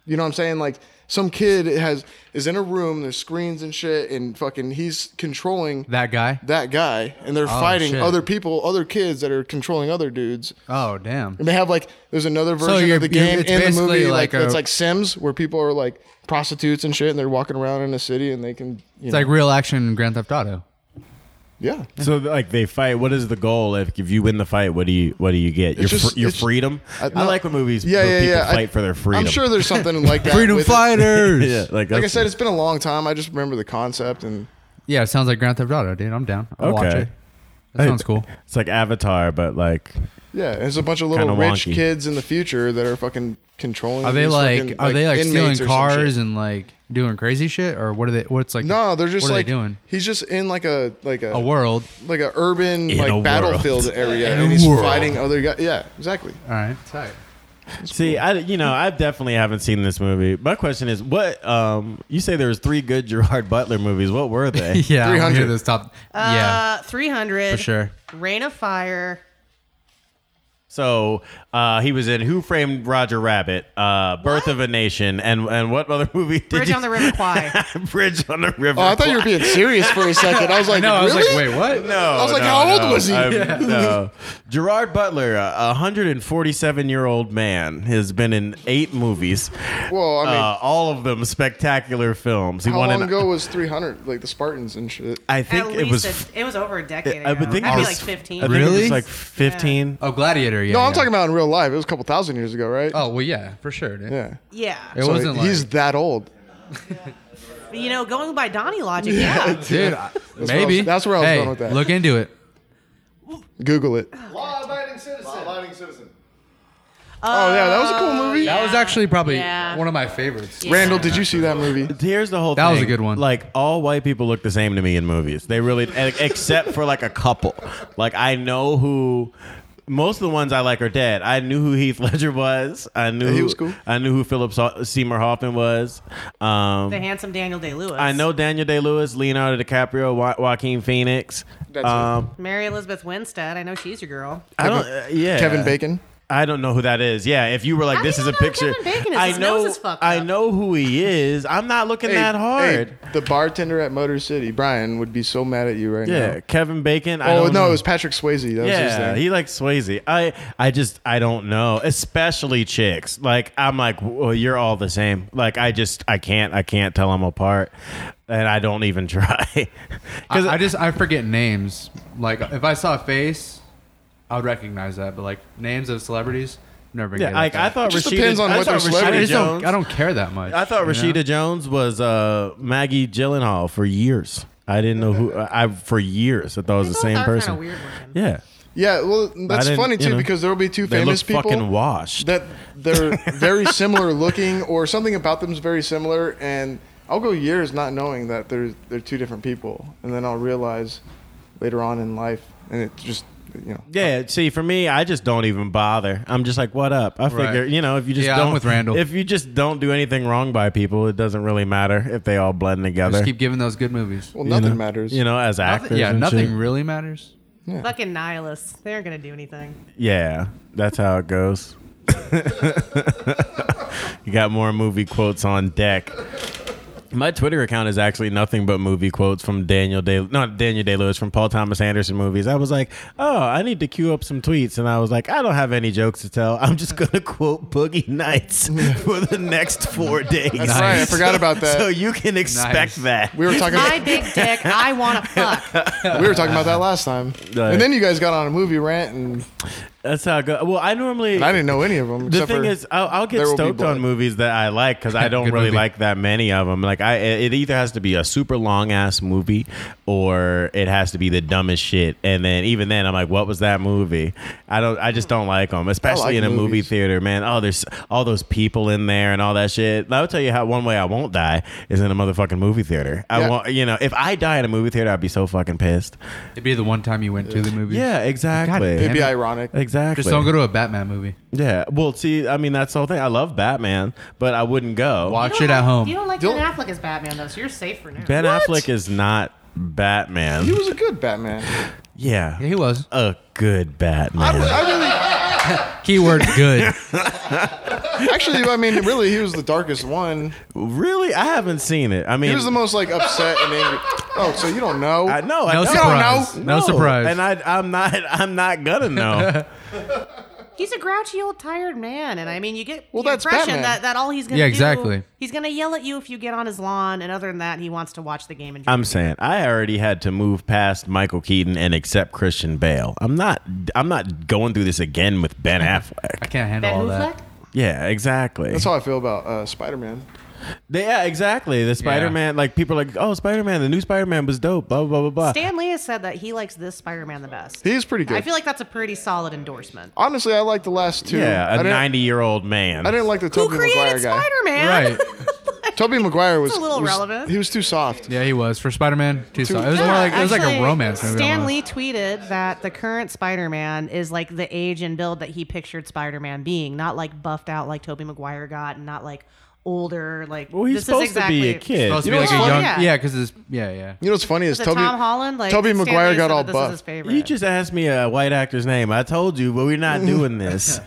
Speaker 6: you know what i'm saying like some kid has is in a room there's screens and shit and fucking he's controlling
Speaker 4: That guy.
Speaker 6: that guy and they're fighting
Speaker 4: shit.
Speaker 6: other people other kids that are controlling other dudes
Speaker 4: Oh damn.
Speaker 6: and they have like there's another version
Speaker 4: you're-
Speaker 6: of the
Speaker 4: you're-
Speaker 6: game
Speaker 4: it's
Speaker 6: in the movie
Speaker 4: basically
Speaker 6: like,
Speaker 4: like a-
Speaker 6: it's like Sims where people are like prostitutes and shit and they're walking around in a city and they can you
Speaker 4: It's
Speaker 6: know,
Speaker 4: like real action Grand Theft Auto.
Speaker 6: yeah
Speaker 1: So like they fight. What is the goal? If if you win the fight, what do you what do you get? Your
Speaker 6: just-
Speaker 1: fr- your
Speaker 6: it's-
Speaker 1: freedom. I,
Speaker 6: no.
Speaker 1: like when movies
Speaker 6: yeah
Speaker 1: where
Speaker 6: yeah
Speaker 1: people
Speaker 6: yeah I-
Speaker 1: fight for their freedom.
Speaker 6: I'm sure there's something like that
Speaker 4: Freedom
Speaker 6: with it.
Speaker 4: Fighters.
Speaker 1: Yeah, like,
Speaker 6: Like I
Speaker 1: that's-
Speaker 6: said, it's been a long time. I just remember the concept and
Speaker 4: Yeah, it sounds like Grand Theft Auto, dude. I'm down. I'll watch
Speaker 1: Okay.
Speaker 4: it. That sounds cool.
Speaker 1: it's like Avatar, but like
Speaker 6: yeah, it's a bunch of little
Speaker 1: Kinda
Speaker 6: rich
Speaker 1: wonky.
Speaker 6: kids in the future that are fucking controlling.
Speaker 4: Are they
Speaker 6: these
Speaker 4: like,
Speaker 6: fucking,
Speaker 4: are they like stealing
Speaker 6: inmates or some shit.
Speaker 4: cars and like doing crazy shit or what are they what's like
Speaker 6: No, they're just
Speaker 4: what are
Speaker 6: like
Speaker 4: they doing?
Speaker 6: he's just in like a like a,
Speaker 4: A world.
Speaker 6: like a urban
Speaker 1: In
Speaker 6: like
Speaker 1: a world.
Speaker 6: battlefield area
Speaker 4: In a
Speaker 6: and he's
Speaker 4: world.
Speaker 6: fighting other guys. Yeah, exactly.
Speaker 4: All right.
Speaker 1: see I you know I definitely haven't seen this movie. My question is what um you say there was three good Gerard Butler movies. What were they?
Speaker 4: Yeah, I wanna hear
Speaker 6: 300.
Speaker 4: this top. yeah,
Speaker 5: Uh, three hundred
Speaker 4: for sure.
Speaker 5: Rain of Fire.
Speaker 1: so uh he was in Who Framed Roger Rabbit, uh Birth of a Nation, and and what other movie? Did
Speaker 5: Bridge
Speaker 1: you,
Speaker 5: on the River Kwai.
Speaker 1: Bridge on the River.
Speaker 6: Oh, I thought you were being serious for a second. I was like,
Speaker 4: No, I was
Speaker 6: really?
Speaker 4: like, wait, what?
Speaker 1: No,
Speaker 6: I was like,
Speaker 1: no,
Speaker 6: how old
Speaker 1: no.
Speaker 6: was he?
Speaker 1: I'm- no. Gerard Butler, a 147 year old man, has been in eight movies.
Speaker 6: Well, I mean,
Speaker 1: uh, all of them spectacular films. He
Speaker 6: how
Speaker 1: won
Speaker 6: long
Speaker 1: an-
Speaker 6: ago was 300? Like the Spartans and shit.
Speaker 1: I
Speaker 5: At
Speaker 1: think
Speaker 5: least
Speaker 1: it was.
Speaker 5: a, it was over a decade ago.
Speaker 1: I would think
Speaker 5: I'd
Speaker 1: it
Speaker 5: be
Speaker 1: was
Speaker 5: like
Speaker 1: I
Speaker 5: fifteen.
Speaker 1: think it was
Speaker 4: Really?
Speaker 1: like 15.
Speaker 4: Oh, Gladiator, yeah.
Speaker 6: No, I'm
Speaker 4: yeah.
Speaker 6: talking about in real life. It was a couple thousand years ago, right?
Speaker 4: Oh, well yeah, for sure, dude.
Speaker 6: yeah.
Speaker 5: Yeah.
Speaker 4: It wasn't like
Speaker 6: he's that old.
Speaker 5: You know, going by Donnie logic, yeah.
Speaker 4: dude, I- maybe.
Speaker 6: was- that's where I was
Speaker 4: hey,
Speaker 6: going with that.
Speaker 4: Look into it.
Speaker 6: Google it.
Speaker 8: Law abiding citizen. Law abiding citizen.
Speaker 6: oh yeah, that was a cool movie.
Speaker 4: That was actually probably
Speaker 5: Yeah.
Speaker 4: one of my favorites.
Speaker 6: Randall, did you see that movie?
Speaker 1: Here's the whole
Speaker 4: That
Speaker 1: thing.
Speaker 4: was a good one.
Speaker 1: Like all white people look the same to me in movies. They really e- except for like a couple. Like I know who most of the ones I like are dead. I knew who Heath Ledger was. I knew
Speaker 6: he
Speaker 1: who-
Speaker 6: was cool.
Speaker 1: I knew who Philip Sau- Seymour Hoffman was. Um,
Speaker 5: The handsome Daniel Day Lewis.
Speaker 1: I know Daniel Day Lewis, Leonardo DiCaprio, jo- Joaquin Phoenix.
Speaker 6: That's it.
Speaker 1: um,
Speaker 5: Mary Elizabeth Winstead. I know she's your girl.
Speaker 1: I don't. uh, yeah,
Speaker 6: Kevin Bacon.
Speaker 1: I don't know who that is. Yeah, if you were like,
Speaker 5: How do
Speaker 1: this
Speaker 5: you
Speaker 1: is a
Speaker 5: not know who
Speaker 1: picture.
Speaker 5: Kevin Bacon is?
Speaker 1: I
Speaker 5: His
Speaker 1: know.
Speaker 5: nose is fucked
Speaker 1: I
Speaker 5: up.
Speaker 1: know who he is. I'm not looking that hard.
Speaker 6: the bartender at Motor City, Brian, would be so mad at you right
Speaker 1: yeah,
Speaker 6: now.
Speaker 1: Kevin Bacon. I
Speaker 6: Oh no,
Speaker 1: don't know.
Speaker 6: it was Patrick Swayze. That was his
Speaker 1: Yeah,
Speaker 6: thing.
Speaker 1: he likes Swayze. I I just I don't know, especially chicks. Like I'm like, well, you're all the same. Like I just I can't I can't tell them apart, and I don't even try.
Speaker 4: I,
Speaker 1: Because
Speaker 4: I just I forget names. Like if I saw a face, I would recognize that. But like names of celebrities, never
Speaker 1: yeah,
Speaker 4: get.
Speaker 1: like I thought
Speaker 6: just
Speaker 1: Rashida,
Speaker 6: depends on
Speaker 1: I
Speaker 6: what
Speaker 1: thought
Speaker 6: they're
Speaker 1: Rashida
Speaker 4: I
Speaker 6: celebrities.
Speaker 4: just
Speaker 1: Jones.
Speaker 4: don't. I don't care that much.
Speaker 1: I thought
Speaker 4: you know?
Speaker 1: Rashida Jones was uh, Maggie Gyllenhaal for years. I didn't know who I I- for years. I thought it was the
Speaker 5: Both
Speaker 1: same
Speaker 5: are kinda
Speaker 1: person.
Speaker 5: weird looking.
Speaker 1: Yeah,
Speaker 6: Yeah, well, that's
Speaker 1: didn't-
Speaker 6: funny
Speaker 1: you
Speaker 6: too
Speaker 1: know,
Speaker 6: because there will be two
Speaker 1: they
Speaker 6: famous
Speaker 1: look
Speaker 6: people
Speaker 1: fucking washed.
Speaker 6: that they're very similar looking or something about them is very similar, and I'll go years not knowing that they're they're two different people, and then I'll realize later on in life, and it just you know.
Speaker 1: Yeah, see, for me, I just don't even bother. I'm just like, what up? I figure, you know, if you just
Speaker 4: Yeah, I'm
Speaker 1: don't,
Speaker 4: with Randall.
Speaker 1: If you just don't do anything wrong by people, it doesn't really matter if they all blend together.
Speaker 4: Just keep giving those good movies.
Speaker 6: Well,
Speaker 1: you
Speaker 6: nothing
Speaker 1: know?
Speaker 6: matters.
Speaker 1: You know, as actors.
Speaker 4: Nothing, yeah,
Speaker 1: and
Speaker 4: nothing
Speaker 1: shit.
Speaker 4: really matters.
Speaker 5: Fucking nihilists. They aren't gonna do anything.
Speaker 1: Yeah, that's how it goes. you got more movie quotes on deck. My Twitter account is actually nothing but movie quotes from Daniel Day, not Daniel Day Lewis, from Paul Thomas Anderson movies. I was like, oh, I need to queue up some tweets. And I was like, I don't have any jokes to tell. I'm just going to quote Boogie Nights for the next four days.
Speaker 6: That's right. I forgot about that.
Speaker 1: So you can expect
Speaker 4: Nice.
Speaker 1: that.
Speaker 6: we were talking.
Speaker 5: My big dick. I want to fuck.
Speaker 6: we were talking about that last time,
Speaker 1: Right.
Speaker 6: and then you guys got on a movie rant, and,
Speaker 1: That's how it goes. Well, I normally.
Speaker 6: and I didn't know any of them.
Speaker 1: The
Speaker 6: except
Speaker 1: thing
Speaker 6: for,
Speaker 1: is, I'll, I'll
Speaker 6: There
Speaker 1: get
Speaker 6: Will Be
Speaker 1: stoked on
Speaker 6: Blood.
Speaker 1: movies that I like because I don't
Speaker 4: Good
Speaker 1: really
Speaker 4: movie.
Speaker 1: like that many of them. Like, I it either has to be a super long ass movie or it has to be the dumbest shit. And then even then, I'm like, what was that movie? I don't. I just don't like them, especially in a movie
Speaker 6: movies.
Speaker 1: theater, man. Oh, there's all those people in there and all that shit. I'll tell you how one way I won't die is in a motherfucking movie theater. I
Speaker 6: Yeah.
Speaker 1: won't. You know, if I die in a movie theater, I'd be so fucking pissed.
Speaker 4: It'd be the one time you went to the movie.
Speaker 1: Yeah,
Speaker 6: it'd
Speaker 1: exactly.
Speaker 6: be
Speaker 4: Damn it.
Speaker 6: ironic.
Speaker 1: Exactly.
Speaker 4: Just don't go to a Batman movie.
Speaker 1: Yeah. Well, see, I mean, that's the whole thing. I love Batman, but I wouldn't go.
Speaker 4: Watch it at
Speaker 5: You
Speaker 4: home.
Speaker 5: don't like
Speaker 6: Don't-
Speaker 5: Ben Affleck as Batman though, so you're safe for now.
Speaker 1: Ben Affleck is not Batman.
Speaker 6: He was a good Batman.
Speaker 1: yeah.
Speaker 4: Yeah, he was.
Speaker 1: a good Batman.
Speaker 6: I
Speaker 4: Keyword good.
Speaker 6: really, actually, I mean, really, he was the darkest one.
Speaker 1: really? I haven't seen it. I mean,
Speaker 6: He was the most like upset and angry. Oh, so you don't know?
Speaker 1: I know. I
Speaker 4: No
Speaker 1: know.
Speaker 4: surprise. No, surprise.
Speaker 1: And I, I'm not. I'm not gonna know.
Speaker 5: He's a grouchy old tired man, and I mean, you get
Speaker 6: Well,
Speaker 5: the
Speaker 6: that's
Speaker 5: impression
Speaker 6: Batman.
Speaker 5: that that all he's gonna
Speaker 4: Yeah,
Speaker 5: do-
Speaker 4: exactly.
Speaker 5: he's gonna yell at you if you get on his lawn, and other than that, he wants to watch the game. And
Speaker 1: I'm saying I already had to move past Michael Keaton and accept Christian Bale. I'm not. I'm not going through this again with Ben
Speaker 4: I
Speaker 1: Affleck.
Speaker 4: can't handle
Speaker 5: Ben
Speaker 4: all
Speaker 5: Affleck.
Speaker 4: that.
Speaker 1: Yeah, exactly.
Speaker 6: That's how I feel about uh, Spider-Man.
Speaker 1: They- yeah, exactly. The Spider Man. Like people are like, oh, Spider Man. The new Spider Man was dope. Blah blah blah blah. blah.
Speaker 5: Stan Lee has said that he likes this Spider-Man the best.
Speaker 6: He's pretty good.
Speaker 5: I feel like that's a pretty solid endorsement.
Speaker 6: Honestly, I like the last two. I
Speaker 1: yeah, a
Speaker 6: didn't-
Speaker 1: ninety-year-old man.
Speaker 6: I didn't like the
Speaker 5: Who
Speaker 6: Tobey Maguire
Speaker 5: created
Speaker 6: guy.
Speaker 5: Spider-Man?
Speaker 4: Right.
Speaker 6: Toby Maguire was
Speaker 5: a little
Speaker 6: was-
Speaker 5: relevant.
Speaker 6: He was too soft.
Speaker 4: Yeah, he was for Spider Man. Too soft. It was more like it was like a
Speaker 5: Actually,
Speaker 4: romance movie.
Speaker 5: Stan
Speaker 4: almost.
Speaker 5: Lee tweeted that the current Spider-Man is like the age and build that he pictured Spider-Man being, not like buffed out like Tobey Maguire got, and not like older like.
Speaker 1: Well, he's
Speaker 5: this
Speaker 1: supposed
Speaker 5: is exactly,
Speaker 1: to be a kid.
Speaker 4: Supposed to
Speaker 6: You
Speaker 4: be
Speaker 6: know
Speaker 4: like a
Speaker 5: what's
Speaker 4: young.
Speaker 5: funny? Yeah.
Speaker 4: Yeah, because it's yeah, yeah.
Speaker 6: You know what's funny is
Speaker 5: Is it
Speaker 6: Toby.
Speaker 5: Tom Holland? Like
Speaker 6: Tobey
Speaker 5: Stan
Speaker 6: Maguire
Speaker 5: Lee
Speaker 6: got
Speaker 5: said
Speaker 6: all
Speaker 5: that This
Speaker 6: buff.
Speaker 5: is his favorite.
Speaker 1: You just asked me a white actor's name. I told you, but we're not doing this.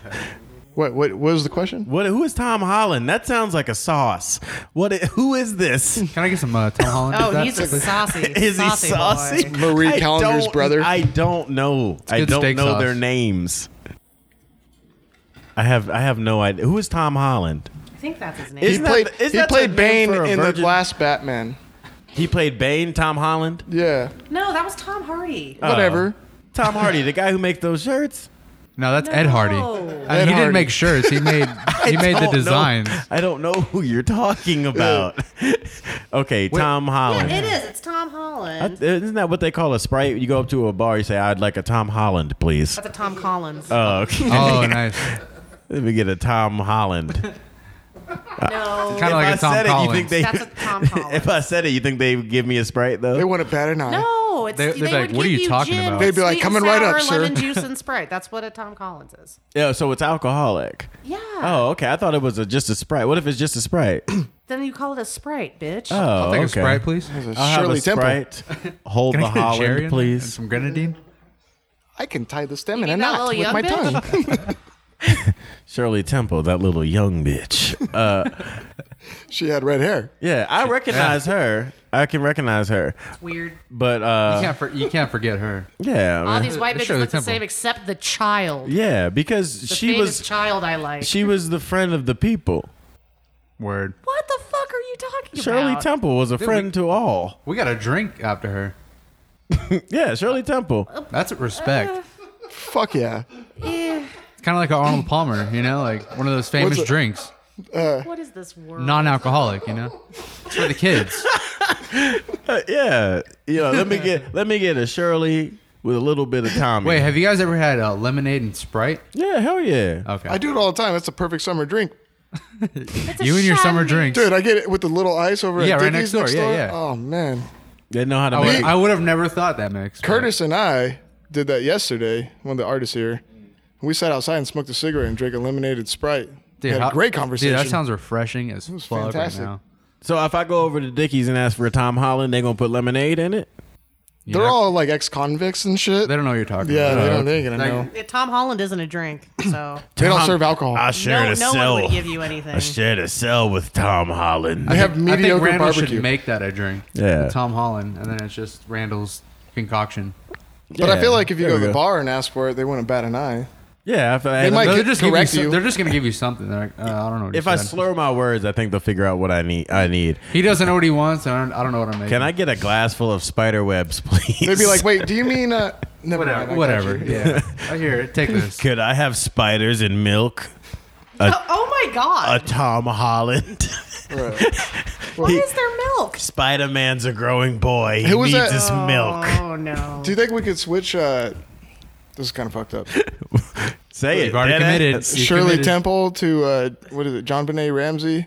Speaker 6: What, what? What was the question?
Speaker 1: what? Who is Tom Holland? That sounds like a sauce. What? i- Who is this?
Speaker 4: Can I get some uh, Tom Holland?
Speaker 5: oh,
Speaker 4: That's
Speaker 5: he's a saucy.
Speaker 1: Is he
Speaker 5: saucy boy.
Speaker 1: saucy?
Speaker 6: Marie
Speaker 1: I
Speaker 6: Callender's
Speaker 1: don't-
Speaker 6: brother.
Speaker 1: I don't know. I
Speaker 4: good
Speaker 1: don't
Speaker 4: steak
Speaker 1: know
Speaker 4: sauce.
Speaker 1: their names. I have. I have no idea. Who is Tom Holland?
Speaker 5: I think that's his name.
Speaker 1: Is-
Speaker 6: He
Speaker 1: Isn't that
Speaker 6: played.
Speaker 1: the- isn't
Speaker 6: he
Speaker 1: that
Speaker 6: played
Speaker 1: the name
Speaker 6: Bane
Speaker 1: for a
Speaker 6: in the
Speaker 1: virgin?
Speaker 6: last Batman.
Speaker 1: He played Bane. Tom Holland.
Speaker 6: Yeah.
Speaker 5: no, that was Tom Hardy.
Speaker 1: Oh,
Speaker 6: Whatever.
Speaker 1: Tom Hardy, the guy who makes those shirts.
Speaker 4: no, that's Ed Hardy.
Speaker 5: No.
Speaker 4: Uh, he
Speaker 6: Hardy.
Speaker 4: didn't make shirts. He made he made the
Speaker 1: don't know-
Speaker 4: designs.
Speaker 1: I don't know who you're talking about. okay, Tom Holland.
Speaker 5: It is. It's Tom
Speaker 1: I-
Speaker 5: Holland.
Speaker 1: Isn't that what they call a sprite? You go up to a bar, you say, "I'd like a Tom Holland, please."
Speaker 5: That's a Tom Collins.
Speaker 1: Oh, okay.
Speaker 4: Oh, nice.
Speaker 1: Let me get a Tom Holland.
Speaker 5: No.
Speaker 4: Kinda
Speaker 1: if I
Speaker 4: like a Tom
Speaker 1: said it, you
Speaker 4: Collins.
Speaker 1: think they?
Speaker 5: That's a Tom
Speaker 1: if
Speaker 5: Holland.
Speaker 1: I said it, you think they would give me a sprite though?
Speaker 6: They wouldn't bat an eye.
Speaker 5: no, it's,
Speaker 4: They-
Speaker 5: they,
Speaker 4: they'd be like,
Speaker 5: would
Speaker 4: "What are
Speaker 5: give
Speaker 4: you talking
Speaker 5: gin
Speaker 4: about?"
Speaker 5: with
Speaker 6: They'd be like,
Speaker 5: sweet
Speaker 6: "Come
Speaker 5: and
Speaker 6: in right
Speaker 5: sour,
Speaker 6: up, sir."
Speaker 5: Lemon juice and Sprite. That's what a Tom Collins is.
Speaker 1: Yeah, so it's alcoholic.
Speaker 5: Yeah.
Speaker 1: Oh, okay. I thought it was a, just a sprite. What if it's just a sprite? Oh,
Speaker 5: Then you call it a Sprite, bitch.
Speaker 4: I'll
Speaker 1: okay.
Speaker 4: take a Sprite, please.
Speaker 1: I'll have
Speaker 6: Shirley
Speaker 1: a
Speaker 6: Temple.
Speaker 1: sprite. Hold
Speaker 4: Can
Speaker 1: the
Speaker 4: I get a cherry in there
Speaker 1: Holland,
Speaker 4: and
Speaker 1: please.
Speaker 4: Some grenadine.
Speaker 6: I can tie the stem
Speaker 5: You
Speaker 6: in a
Speaker 5: mean that little
Speaker 6: knot with
Speaker 5: young
Speaker 6: my
Speaker 5: bitch?
Speaker 6: tongue.
Speaker 1: Shirley Temple, that little young bitch. Uh,
Speaker 6: she had red hair.
Speaker 1: yeah, I recognize her. I can recognize her,
Speaker 5: Weird.
Speaker 1: but
Speaker 4: You
Speaker 1: uh,
Speaker 4: can't, for, you can't forget her.
Speaker 1: yeah,
Speaker 5: All
Speaker 1: man.
Speaker 5: these white
Speaker 4: It's
Speaker 5: bitches
Speaker 4: Shirley
Speaker 5: look the
Speaker 4: Temple.
Speaker 5: same except the child.
Speaker 1: yeah, because
Speaker 5: The
Speaker 1: she
Speaker 5: famous
Speaker 1: was
Speaker 5: child I like.
Speaker 1: she was the friend of the people.
Speaker 4: Word.
Speaker 5: what the fuck are you talking
Speaker 1: Shirley
Speaker 5: about?
Speaker 1: Temple was a friend to all.
Speaker 4: We got a drink after her.
Speaker 1: Yeah,
Speaker 5: Oh.
Speaker 1: Shirley Temple.
Speaker 4: That's respect.
Speaker 6: Fuck yeah.
Speaker 5: Eh,
Speaker 4: it's kind of like an Arnold Palmer, you know, like one of those famous
Speaker 6: What's it-
Speaker 4: drinks,
Speaker 5: what is this word?
Speaker 4: non-alcoholic, you know. It's for the kids.
Speaker 1: Uh, Yeah, yeah. Let me get let me get a Shirley with a little bit of Tommy.
Speaker 4: Wait, have you guys ever had uh, lemonade and Sprite?
Speaker 1: yeah, hell yeah.
Speaker 4: Okay.
Speaker 6: I do it all the time. That's the perfect summer drink.
Speaker 5: It's a
Speaker 4: you and your summer
Speaker 5: shandy.
Speaker 4: drinks.
Speaker 6: Dude, I get it with the little ice over
Speaker 4: Yeah,
Speaker 6: at
Speaker 4: right next
Speaker 6: Dickey's
Speaker 4: door.
Speaker 6: next
Speaker 4: Yeah,
Speaker 6: door.
Speaker 4: yeah.
Speaker 6: Oh, man.
Speaker 1: They know how to
Speaker 4: I would,
Speaker 1: make.
Speaker 4: I would have never thought that mix. but-
Speaker 6: Curtis and I did that yesterday. One of the artists here. We sat outside and smoked a cigarette and drank a lemonade Sprite.
Speaker 4: dude,
Speaker 6: had
Speaker 4: how-
Speaker 6: a great conversation.
Speaker 4: Dude, that sounds refreshing as
Speaker 6: was
Speaker 4: fuck
Speaker 6: fantastic.
Speaker 4: right now.
Speaker 1: So if I go over to Dickies and ask for a Tom Holland, they gonna put lemonade in it?
Speaker 4: You
Speaker 6: They're
Speaker 4: know,
Speaker 6: all like ex-convicts and shit.
Speaker 4: They don't know what you're talking
Speaker 6: yeah,
Speaker 4: about. Uh,
Speaker 6: they don't. They ain't gonna
Speaker 4: Like,
Speaker 6: know.
Speaker 5: Yeah, Tom Holland isn't a drink, so
Speaker 6: They don't serve alcohol.
Speaker 1: I shared
Speaker 5: no,
Speaker 1: a
Speaker 5: no
Speaker 1: cell.
Speaker 5: one would give you anything.
Speaker 1: I shared a cell with Tom Holland.
Speaker 6: they have
Speaker 4: I think
Speaker 6: mediocre
Speaker 4: Randall
Speaker 6: barbecue.
Speaker 4: should make that a drink.
Speaker 1: Yeah.
Speaker 4: With Tom Holland, and then it's just Randall's concoction.
Speaker 6: but I
Speaker 1: Yeah,
Speaker 6: feel like if you
Speaker 1: there
Speaker 6: go
Speaker 1: we
Speaker 6: to the
Speaker 1: go.
Speaker 6: bar and ask for it, they wouldn't bat an eye.
Speaker 1: yeah, if I,
Speaker 6: They might-
Speaker 4: They're
Speaker 6: could
Speaker 4: just, gonna give
Speaker 6: correct
Speaker 4: you,
Speaker 6: you.
Speaker 4: they're just gonna give you something. They're like, uh, I don't know. What he
Speaker 1: if I
Speaker 4: said.
Speaker 1: slur my words, I think they'll figure out what I need. I need.
Speaker 4: he doesn't know what he wants. And I don't, I don't know what I'm making.
Speaker 1: Can I get a glass full of spider webs, please?
Speaker 6: They'd be like, "Wait, do you mean uh?" Never mind, I
Speaker 4: Whatever.
Speaker 6: got
Speaker 4: Whatever.
Speaker 6: you.
Speaker 4: Yeah. I hear it. Take this.
Speaker 1: Could I have spiders and milk?
Speaker 5: oh, oh my
Speaker 1: A
Speaker 5: god!
Speaker 1: Tom Holland.
Speaker 5: Why is there milk?
Speaker 1: Spider Man's a growing boy. He
Speaker 6: Who was
Speaker 1: needs
Speaker 6: that-
Speaker 1: his milk.
Speaker 5: Oh no!
Speaker 6: Do you think we could switch? Uh, this is kind of fucked up.
Speaker 1: Say
Speaker 4: You've
Speaker 1: it.
Speaker 4: already
Speaker 1: dead
Speaker 4: committed.
Speaker 1: ass.
Speaker 4: You've
Speaker 6: Shirley
Speaker 4: committed.
Speaker 6: Temple to uh, what is it? John Benet Ramsey.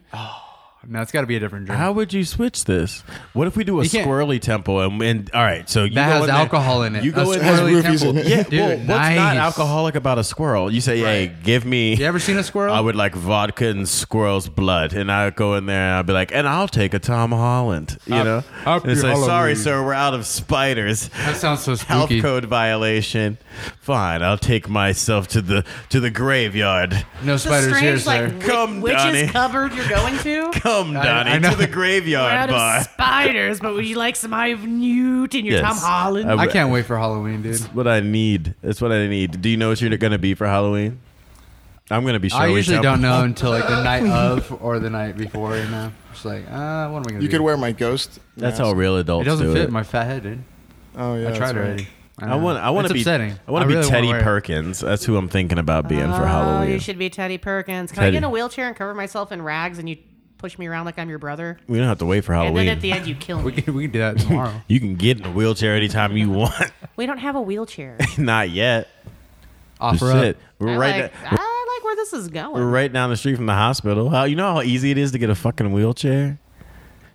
Speaker 4: No, it's got to be a different drink.
Speaker 1: How would you switch this? What if we do a
Speaker 4: You can't-
Speaker 1: squirrely temple and, and all right, so you
Speaker 4: that
Speaker 1: go
Speaker 4: has
Speaker 1: in there-
Speaker 4: alcohol in it.
Speaker 1: You go
Speaker 4: A
Speaker 1: in
Speaker 6: Has
Speaker 1: there.
Speaker 4: Swirly
Speaker 6: roofies in
Speaker 4: Temple.
Speaker 6: it.
Speaker 1: Yeah,
Speaker 4: Dude,
Speaker 1: well, what's not
Speaker 4: nice.
Speaker 1: alcoholic about a squirrel? You say, "Hey, give me."
Speaker 4: You ever seen a squirrel?
Speaker 1: I would like vodka and squirrel's blood, and I would go in there and I'd be like, "And I'll take a Tom Holland." You know,
Speaker 4: up
Speaker 1: and it's
Speaker 4: your
Speaker 1: like, "Sorry,
Speaker 4: Halloween."
Speaker 1: sir, we're out of spiders."
Speaker 4: That sounds so
Speaker 1: Health
Speaker 4: spooky.
Speaker 1: code violation. Fine, I'll take myself to the to the graveyard.
Speaker 4: No
Speaker 5: It's a
Speaker 4: spiders here,
Speaker 5: strange,
Speaker 4: sir.
Speaker 5: like witch-
Speaker 1: Come,
Speaker 5: witches
Speaker 1: Donnie.
Speaker 5: cupboard you're going to.
Speaker 1: Come, Donnie,
Speaker 4: I know.
Speaker 1: to the
Speaker 5: We're
Speaker 1: graveyard
Speaker 5: out
Speaker 1: bar.
Speaker 5: of spiders, but would you like some Ive Newt and
Speaker 1: Yes.
Speaker 5: your Tom Holland?
Speaker 1: I-
Speaker 4: I can't wait for Halloween, dude.
Speaker 1: what I need. That's what I need. Do you know what you're going to be for Halloween? I'm going to be
Speaker 4: I
Speaker 1: Shirley
Speaker 4: usually
Speaker 1: Temple.
Speaker 4: don't know until like the night of or the night before. You know, just like, uh, what am I gonna
Speaker 6: You
Speaker 4: do?
Speaker 6: could wear my ghost.
Speaker 1: That's
Speaker 6: mask.
Speaker 1: how real adults
Speaker 4: It doesn't
Speaker 1: do
Speaker 4: fit
Speaker 1: it.
Speaker 4: my fat head, dude.
Speaker 6: Oh yeah,
Speaker 4: I tried
Speaker 6: that's right.
Speaker 4: already.
Speaker 1: I
Speaker 4: know.
Speaker 1: want. I want
Speaker 4: It's
Speaker 1: to be.
Speaker 4: upsetting.
Speaker 1: I want to be
Speaker 4: really wanna
Speaker 1: Teddy
Speaker 4: wear it.
Speaker 1: Perkins. That's who I'm thinking about being for
Speaker 5: Oh,
Speaker 1: Halloween.
Speaker 5: you should be Teddy Perkins. Can I
Speaker 1: Teddy.
Speaker 5: get in a wheelchair and cover myself in rags and you push me around like I'm your brother?
Speaker 1: We don't have to wait for
Speaker 5: And
Speaker 1: Halloween.
Speaker 5: then at the end you kill
Speaker 4: We
Speaker 5: me.
Speaker 4: can, we can do that tomorrow.
Speaker 1: you can get in a wheelchair anytime you want.
Speaker 5: We don't have a wheelchair.
Speaker 1: Not yet.
Speaker 4: Offer
Speaker 1: Shit,
Speaker 4: up.
Speaker 1: we're
Speaker 5: I
Speaker 1: right.
Speaker 5: like,
Speaker 1: da-
Speaker 5: I like where this is going.
Speaker 1: we're right down the street from the hospital. How you know how easy it is to get a fucking wheelchair?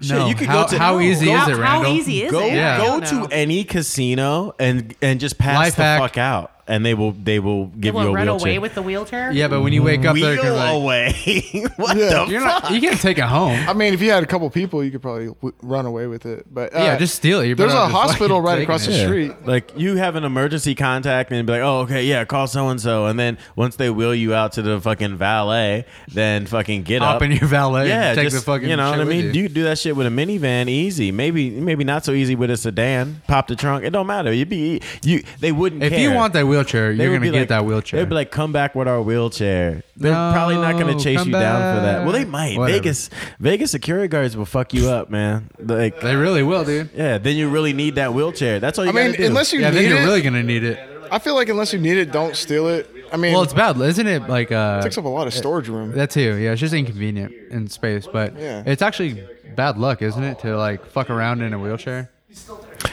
Speaker 1: Shit,
Speaker 4: No,
Speaker 1: you could
Speaker 4: how,
Speaker 1: go to-
Speaker 4: how
Speaker 1: No,
Speaker 4: easy
Speaker 1: go-
Speaker 4: is
Speaker 5: how,
Speaker 4: it,
Speaker 5: how
Speaker 4: Randall?
Speaker 5: easy is
Speaker 1: go
Speaker 5: it?
Speaker 4: Yeah.
Speaker 5: I
Speaker 1: go
Speaker 5: don't
Speaker 1: to
Speaker 5: know.
Speaker 1: any casino and and just pass
Speaker 4: Life
Speaker 1: the
Speaker 4: hack.
Speaker 1: fuck out, and they will they will give
Speaker 5: What,
Speaker 1: you a
Speaker 5: run
Speaker 1: wheelchair.
Speaker 5: away with the wheelchair?
Speaker 4: Yeah, but when you wake up,
Speaker 1: Wheel
Speaker 4: they're gonna be like,
Speaker 1: away. what
Speaker 6: Yeah.
Speaker 1: the
Speaker 4: you're not. You can't take it home.
Speaker 6: I mean, if you had a couple people, you could probably w- run away with it. But uh,
Speaker 4: Yeah, just steal it. You're
Speaker 6: There's
Speaker 4: better
Speaker 6: a
Speaker 4: off just
Speaker 6: hospital
Speaker 4: fucking
Speaker 6: right
Speaker 4: taking
Speaker 6: across the
Speaker 4: it.
Speaker 6: street.
Speaker 1: Like you have an emergency contact and be like, oh, okay, yeah, call so and so, and then once they wheel you out to the fucking valet, then fucking get
Speaker 4: Hop
Speaker 1: up
Speaker 4: in your valet.
Speaker 1: yeah,
Speaker 4: and take
Speaker 1: just,
Speaker 4: the fucking.
Speaker 1: you know
Speaker 4: shit
Speaker 1: what I
Speaker 4: with
Speaker 1: mean.
Speaker 4: you.
Speaker 1: You. could do that shit with a minivan, easy. Maybe maybe not so easy with a sedan. Pop the trunk. It don't matter. You'd be you. They wouldn't.
Speaker 4: If
Speaker 1: care.
Speaker 4: you want that wheelchair,
Speaker 1: They
Speaker 4: you're
Speaker 1: would
Speaker 4: gonna
Speaker 1: be
Speaker 4: get
Speaker 1: like-
Speaker 4: that wheelchair.
Speaker 1: They'd be like, "Come back with our wheelchair." They're
Speaker 4: No,
Speaker 1: probably not going to chase
Speaker 4: come
Speaker 1: you down for that. Well, they
Speaker 4: back.
Speaker 1: might.
Speaker 4: Whatever.
Speaker 1: Vegas, Vegas security guards will fuck you up, man. Like,
Speaker 4: they really will, dude.
Speaker 1: yeah, then you really need that wheelchair. That's all you
Speaker 6: I
Speaker 1: gotta
Speaker 6: mean,
Speaker 1: do.
Speaker 6: unless you
Speaker 4: Yeah, then
Speaker 6: need
Speaker 4: you're
Speaker 6: it,
Speaker 4: really gonna need it.
Speaker 6: I feel like unless you need it, don't steal it. I mean,
Speaker 4: Well, it's bad, isn't it? Like uh,
Speaker 6: it takes up a lot of storage room.
Speaker 4: that too. Yeah, it's just inconvenient in space, but
Speaker 6: Yeah.
Speaker 4: it's actually bad luck, isn't it, to like fuck around in a wheelchair?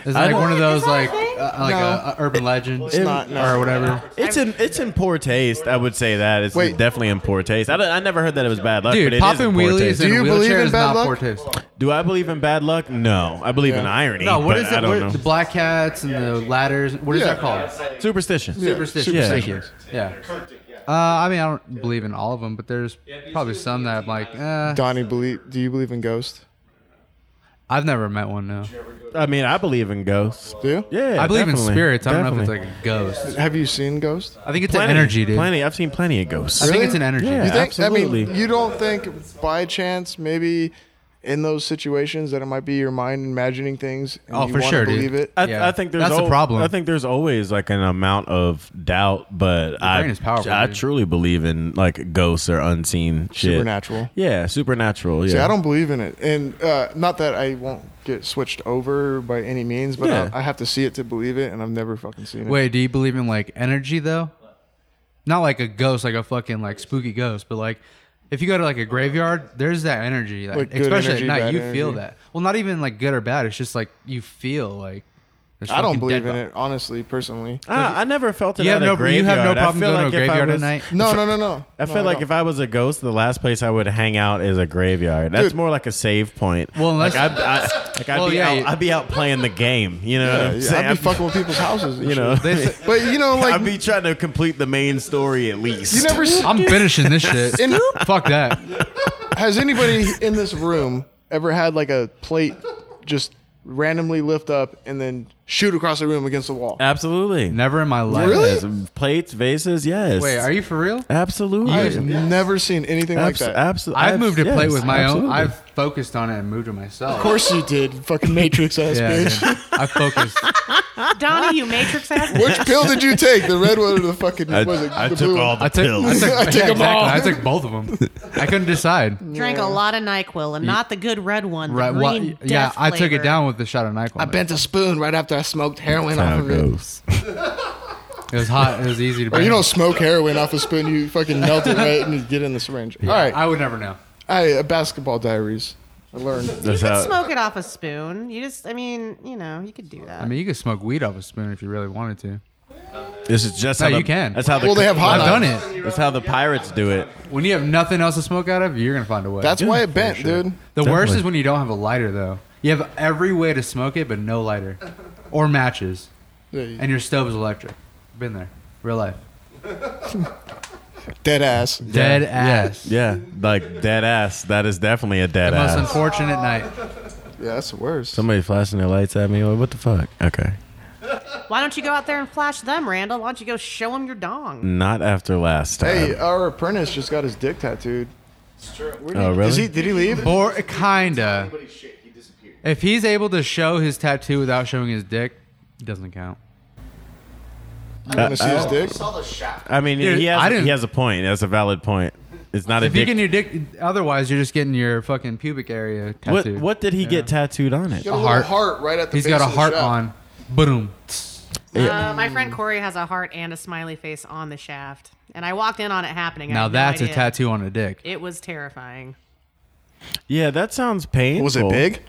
Speaker 4: It's
Speaker 1: I
Speaker 4: like
Speaker 1: don't-
Speaker 4: one of those like uh, like
Speaker 6: No.
Speaker 4: a, a urban legend
Speaker 6: It's not, no.
Speaker 4: or whatever.
Speaker 1: It's in it's in poor taste. I would say that it's
Speaker 6: Wait.
Speaker 1: definitely in poor taste. I, don't- I never heard that it was bad luck, but
Speaker 4: Dude,
Speaker 1: it is
Speaker 4: popping
Speaker 1: in poor
Speaker 4: wheelies
Speaker 1: taste.
Speaker 6: Do
Speaker 4: in a
Speaker 6: you believe
Speaker 4: wheelchair
Speaker 6: in
Speaker 4: is
Speaker 6: bad
Speaker 4: not
Speaker 6: luck?
Speaker 4: poor taste.
Speaker 1: Do I believe in bad luck? No, I believe in
Speaker 6: Yeah.
Speaker 1: irony.
Speaker 4: No, what is
Speaker 1: I
Speaker 4: it?
Speaker 1: don't
Speaker 4: What,
Speaker 1: know.
Speaker 4: The black cats and the ladders. What is
Speaker 6: Yeah.
Speaker 4: that called?
Speaker 1: Superstition.
Speaker 4: Superstition.
Speaker 1: Yeah.
Speaker 4: Thank you. Yeah. Uh, I mean, I don't believe in all of them, but there's probably some that I'm like, eh,
Speaker 6: Donnie, believe, do you believe in ghosts?
Speaker 4: I've never met one. No,
Speaker 1: I mean, I believe in ghosts.
Speaker 6: Do you?
Speaker 1: Yeah,
Speaker 4: I believe in
Speaker 1: definitely.
Speaker 4: spirits. I don't know
Speaker 1: Definitely.
Speaker 4: if it's like a ghost.
Speaker 6: Have you seen ghosts?
Speaker 4: I think it's
Speaker 1: Plenty,
Speaker 4: an energy, dude.
Speaker 1: Plenty. I've seen plenty of ghosts.
Speaker 4: I think
Speaker 6: Really?
Speaker 4: it's an energy.
Speaker 1: Yeah.
Speaker 6: You think? I mean,
Speaker 1: absolutely.
Speaker 6: you don't think by chance maybe in those situations that it might be your mind imagining things and
Speaker 4: Oh,
Speaker 6: you
Speaker 4: for
Speaker 6: wanna
Speaker 4: sure, dude.
Speaker 6: believe it?
Speaker 1: I,
Speaker 4: Yeah.
Speaker 1: I think there's
Speaker 4: That's the
Speaker 1: al-
Speaker 4: problem.
Speaker 1: I think there's always like an amount of doubt, but I
Speaker 4: brain is powerful,
Speaker 1: I
Speaker 4: dude.
Speaker 1: truly believe in like ghosts or unseen shit.
Speaker 6: Supernatural.
Speaker 1: Yeah, supernatural. Yeah.
Speaker 6: See, I don't believe in it, and uh, not that I won't get switched over by any means, but
Speaker 1: Yeah.
Speaker 6: I, I have to see it to believe it, and I've never fucking seen it.
Speaker 4: Wait, do you believe in like energy though? Not like a ghost, like a fucking like spooky ghost, but like if you go to like a graveyard, there's that energy, like,
Speaker 6: Like good
Speaker 4: especially
Speaker 6: energy,
Speaker 4: at night,
Speaker 6: bad
Speaker 4: you feel
Speaker 6: energy.
Speaker 4: that. Well, not even like good or bad. It's just like you feel like. there's
Speaker 6: I don't
Speaker 4: fucking
Speaker 6: believe
Speaker 4: dead
Speaker 6: in
Speaker 4: bo-
Speaker 6: it, honestly, personally.
Speaker 1: I, I never felt it.
Speaker 4: You have
Speaker 1: at a
Speaker 4: no, you
Speaker 1: graveyard.
Speaker 4: have no problem
Speaker 1: I feel
Speaker 4: going
Speaker 1: like
Speaker 4: to a
Speaker 1: if I
Speaker 4: graveyard
Speaker 1: was-
Speaker 4: at night.
Speaker 6: No, no, no, no.
Speaker 1: I feel like if I was a ghost, the last place I would hang out is a graveyard. That's
Speaker 6: Dude.
Speaker 1: more like a save point.
Speaker 4: Well, unless-
Speaker 1: like I'd, I, like I'd
Speaker 4: Well,
Speaker 1: be
Speaker 4: yeah,
Speaker 1: out,
Speaker 4: you-
Speaker 1: I'd be out playing the game. You know what I'm
Speaker 6: I'd
Speaker 1: saying?
Speaker 6: be fucking with people's houses, and
Speaker 1: uh, you know,
Speaker 4: They say-
Speaker 6: But you know, like
Speaker 1: I'd be trying to complete the main story at least.
Speaker 6: you never. s-
Speaker 4: I'm finishing this shit.
Speaker 6: In-
Speaker 4: Fuck that.
Speaker 6: has anybody in this room ever had like a plate just randomly lift up and then shoot across the room against the wall?
Speaker 1: Absolutely.
Speaker 4: Never in my life.
Speaker 6: Really?
Speaker 1: Yes. Plates, vases, yes.
Speaker 4: Wait, are you for real?
Speaker 1: Absolutely.
Speaker 6: I've never seen anything like that.
Speaker 1: Absolutely.
Speaker 4: I've, moved a plate with my own. I've focused on it and moved it myself.
Speaker 6: Of course you did, fucking Matrix ass
Speaker 4: Yeah,
Speaker 6: bitch.
Speaker 4: dude. I focused.
Speaker 5: Donnie, you Matrix ass.
Speaker 6: Which pill did you take? The red one or the fucking?
Speaker 1: I,
Speaker 6: was it
Speaker 1: I
Speaker 6: the
Speaker 1: took
Speaker 6: blue
Speaker 1: all
Speaker 6: one?
Speaker 1: the
Speaker 4: I took. I
Speaker 1: pills.
Speaker 4: took,
Speaker 6: I took
Speaker 4: yeah,
Speaker 6: 'em
Speaker 4: exactly.
Speaker 6: all.
Speaker 4: I took both of them. I couldn't decide.
Speaker 5: Drank a lot of Nyquil and not the good red one. The
Speaker 4: Right.
Speaker 5: Green
Speaker 4: Well,
Speaker 5: death
Speaker 4: yeah, I took it
Speaker 5: flavor.
Speaker 4: down with the shot of Nyquil.
Speaker 6: I bent a spoon right after I smoked heroin
Speaker 1: How
Speaker 6: off
Speaker 1: it
Speaker 6: of it.
Speaker 1: goes.
Speaker 4: It was hot. It was easy to
Speaker 6: Or
Speaker 4: bend.
Speaker 6: you don't smoke heroin off a spoon. You fucking melt it right and you get in the syringe. All right,
Speaker 4: I would never know.
Speaker 6: I, uh, basketball diaries. I learned.
Speaker 1: That's
Speaker 5: You
Speaker 1: how-
Speaker 5: could smoke it off a spoon. You just, I mean, you know, you could do that.
Speaker 4: I mean, you could smoke weed off a spoon if you really wanted to.
Speaker 1: This is just
Speaker 4: No,
Speaker 1: how the-
Speaker 4: you can.
Speaker 1: That's how the,
Speaker 6: Well, they have hot
Speaker 4: I've done
Speaker 6: dogs.
Speaker 4: it.
Speaker 1: That's how the pirates do it.
Speaker 4: When you have nothing else to smoke out of, you're gonna find a way.
Speaker 6: That's why it bent, dude.
Speaker 4: the worst
Speaker 1: Definitely.
Speaker 4: is when you don't have a lighter though. You have every way to smoke it, but no lighter, or matches,
Speaker 6: Yeah, you-
Speaker 4: and your stove is electric. Been there, real life.
Speaker 6: Dead ass.
Speaker 4: Dead ass.
Speaker 1: Yeah, like dead ass. That is definitely a dead
Speaker 4: The most
Speaker 1: ass.
Speaker 4: unfortunate night.
Speaker 6: Yeah, that's the worst.
Speaker 1: Somebody flashing their lights at me. Like, What the fuck? Okay.
Speaker 5: Why don't you go out there and flash them, Randall? Why don't you go show them your dong?
Speaker 1: Not after last time.
Speaker 6: hey, our apprentice just got his dick tattooed.
Speaker 1: oh, really?
Speaker 6: Is he? Did he leave?
Speaker 4: Or kinda. If he's able to show his tattoo without showing his dick, it doesn't count.
Speaker 6: You want to see his dick?
Speaker 1: I mean,
Speaker 4: Dude,
Speaker 1: he, has,
Speaker 4: I didn't-
Speaker 1: he has a point. That's a valid point. It's not
Speaker 4: If
Speaker 1: a
Speaker 4: you
Speaker 1: dick.
Speaker 4: get your dick, otherwise you're just getting your fucking pubic area
Speaker 1: what,
Speaker 4: tattooed.
Speaker 1: what did he get tattooed on it?
Speaker 6: Got a, little
Speaker 4: heart.
Speaker 6: heart. right at the.
Speaker 4: He's
Speaker 6: base
Speaker 4: got a
Speaker 6: of the
Speaker 4: heart
Speaker 6: shaft.
Speaker 4: on. Boom.
Speaker 5: Uh, my friend Corey has a heart and a smiley face on the shaft, and I walked in on it happening. I
Speaker 4: Now
Speaker 5: had no
Speaker 4: that's a
Speaker 5: idea.
Speaker 4: tattoo on a dick.
Speaker 5: It was terrifying.
Speaker 1: Yeah, that sounds painful.
Speaker 6: Was it big?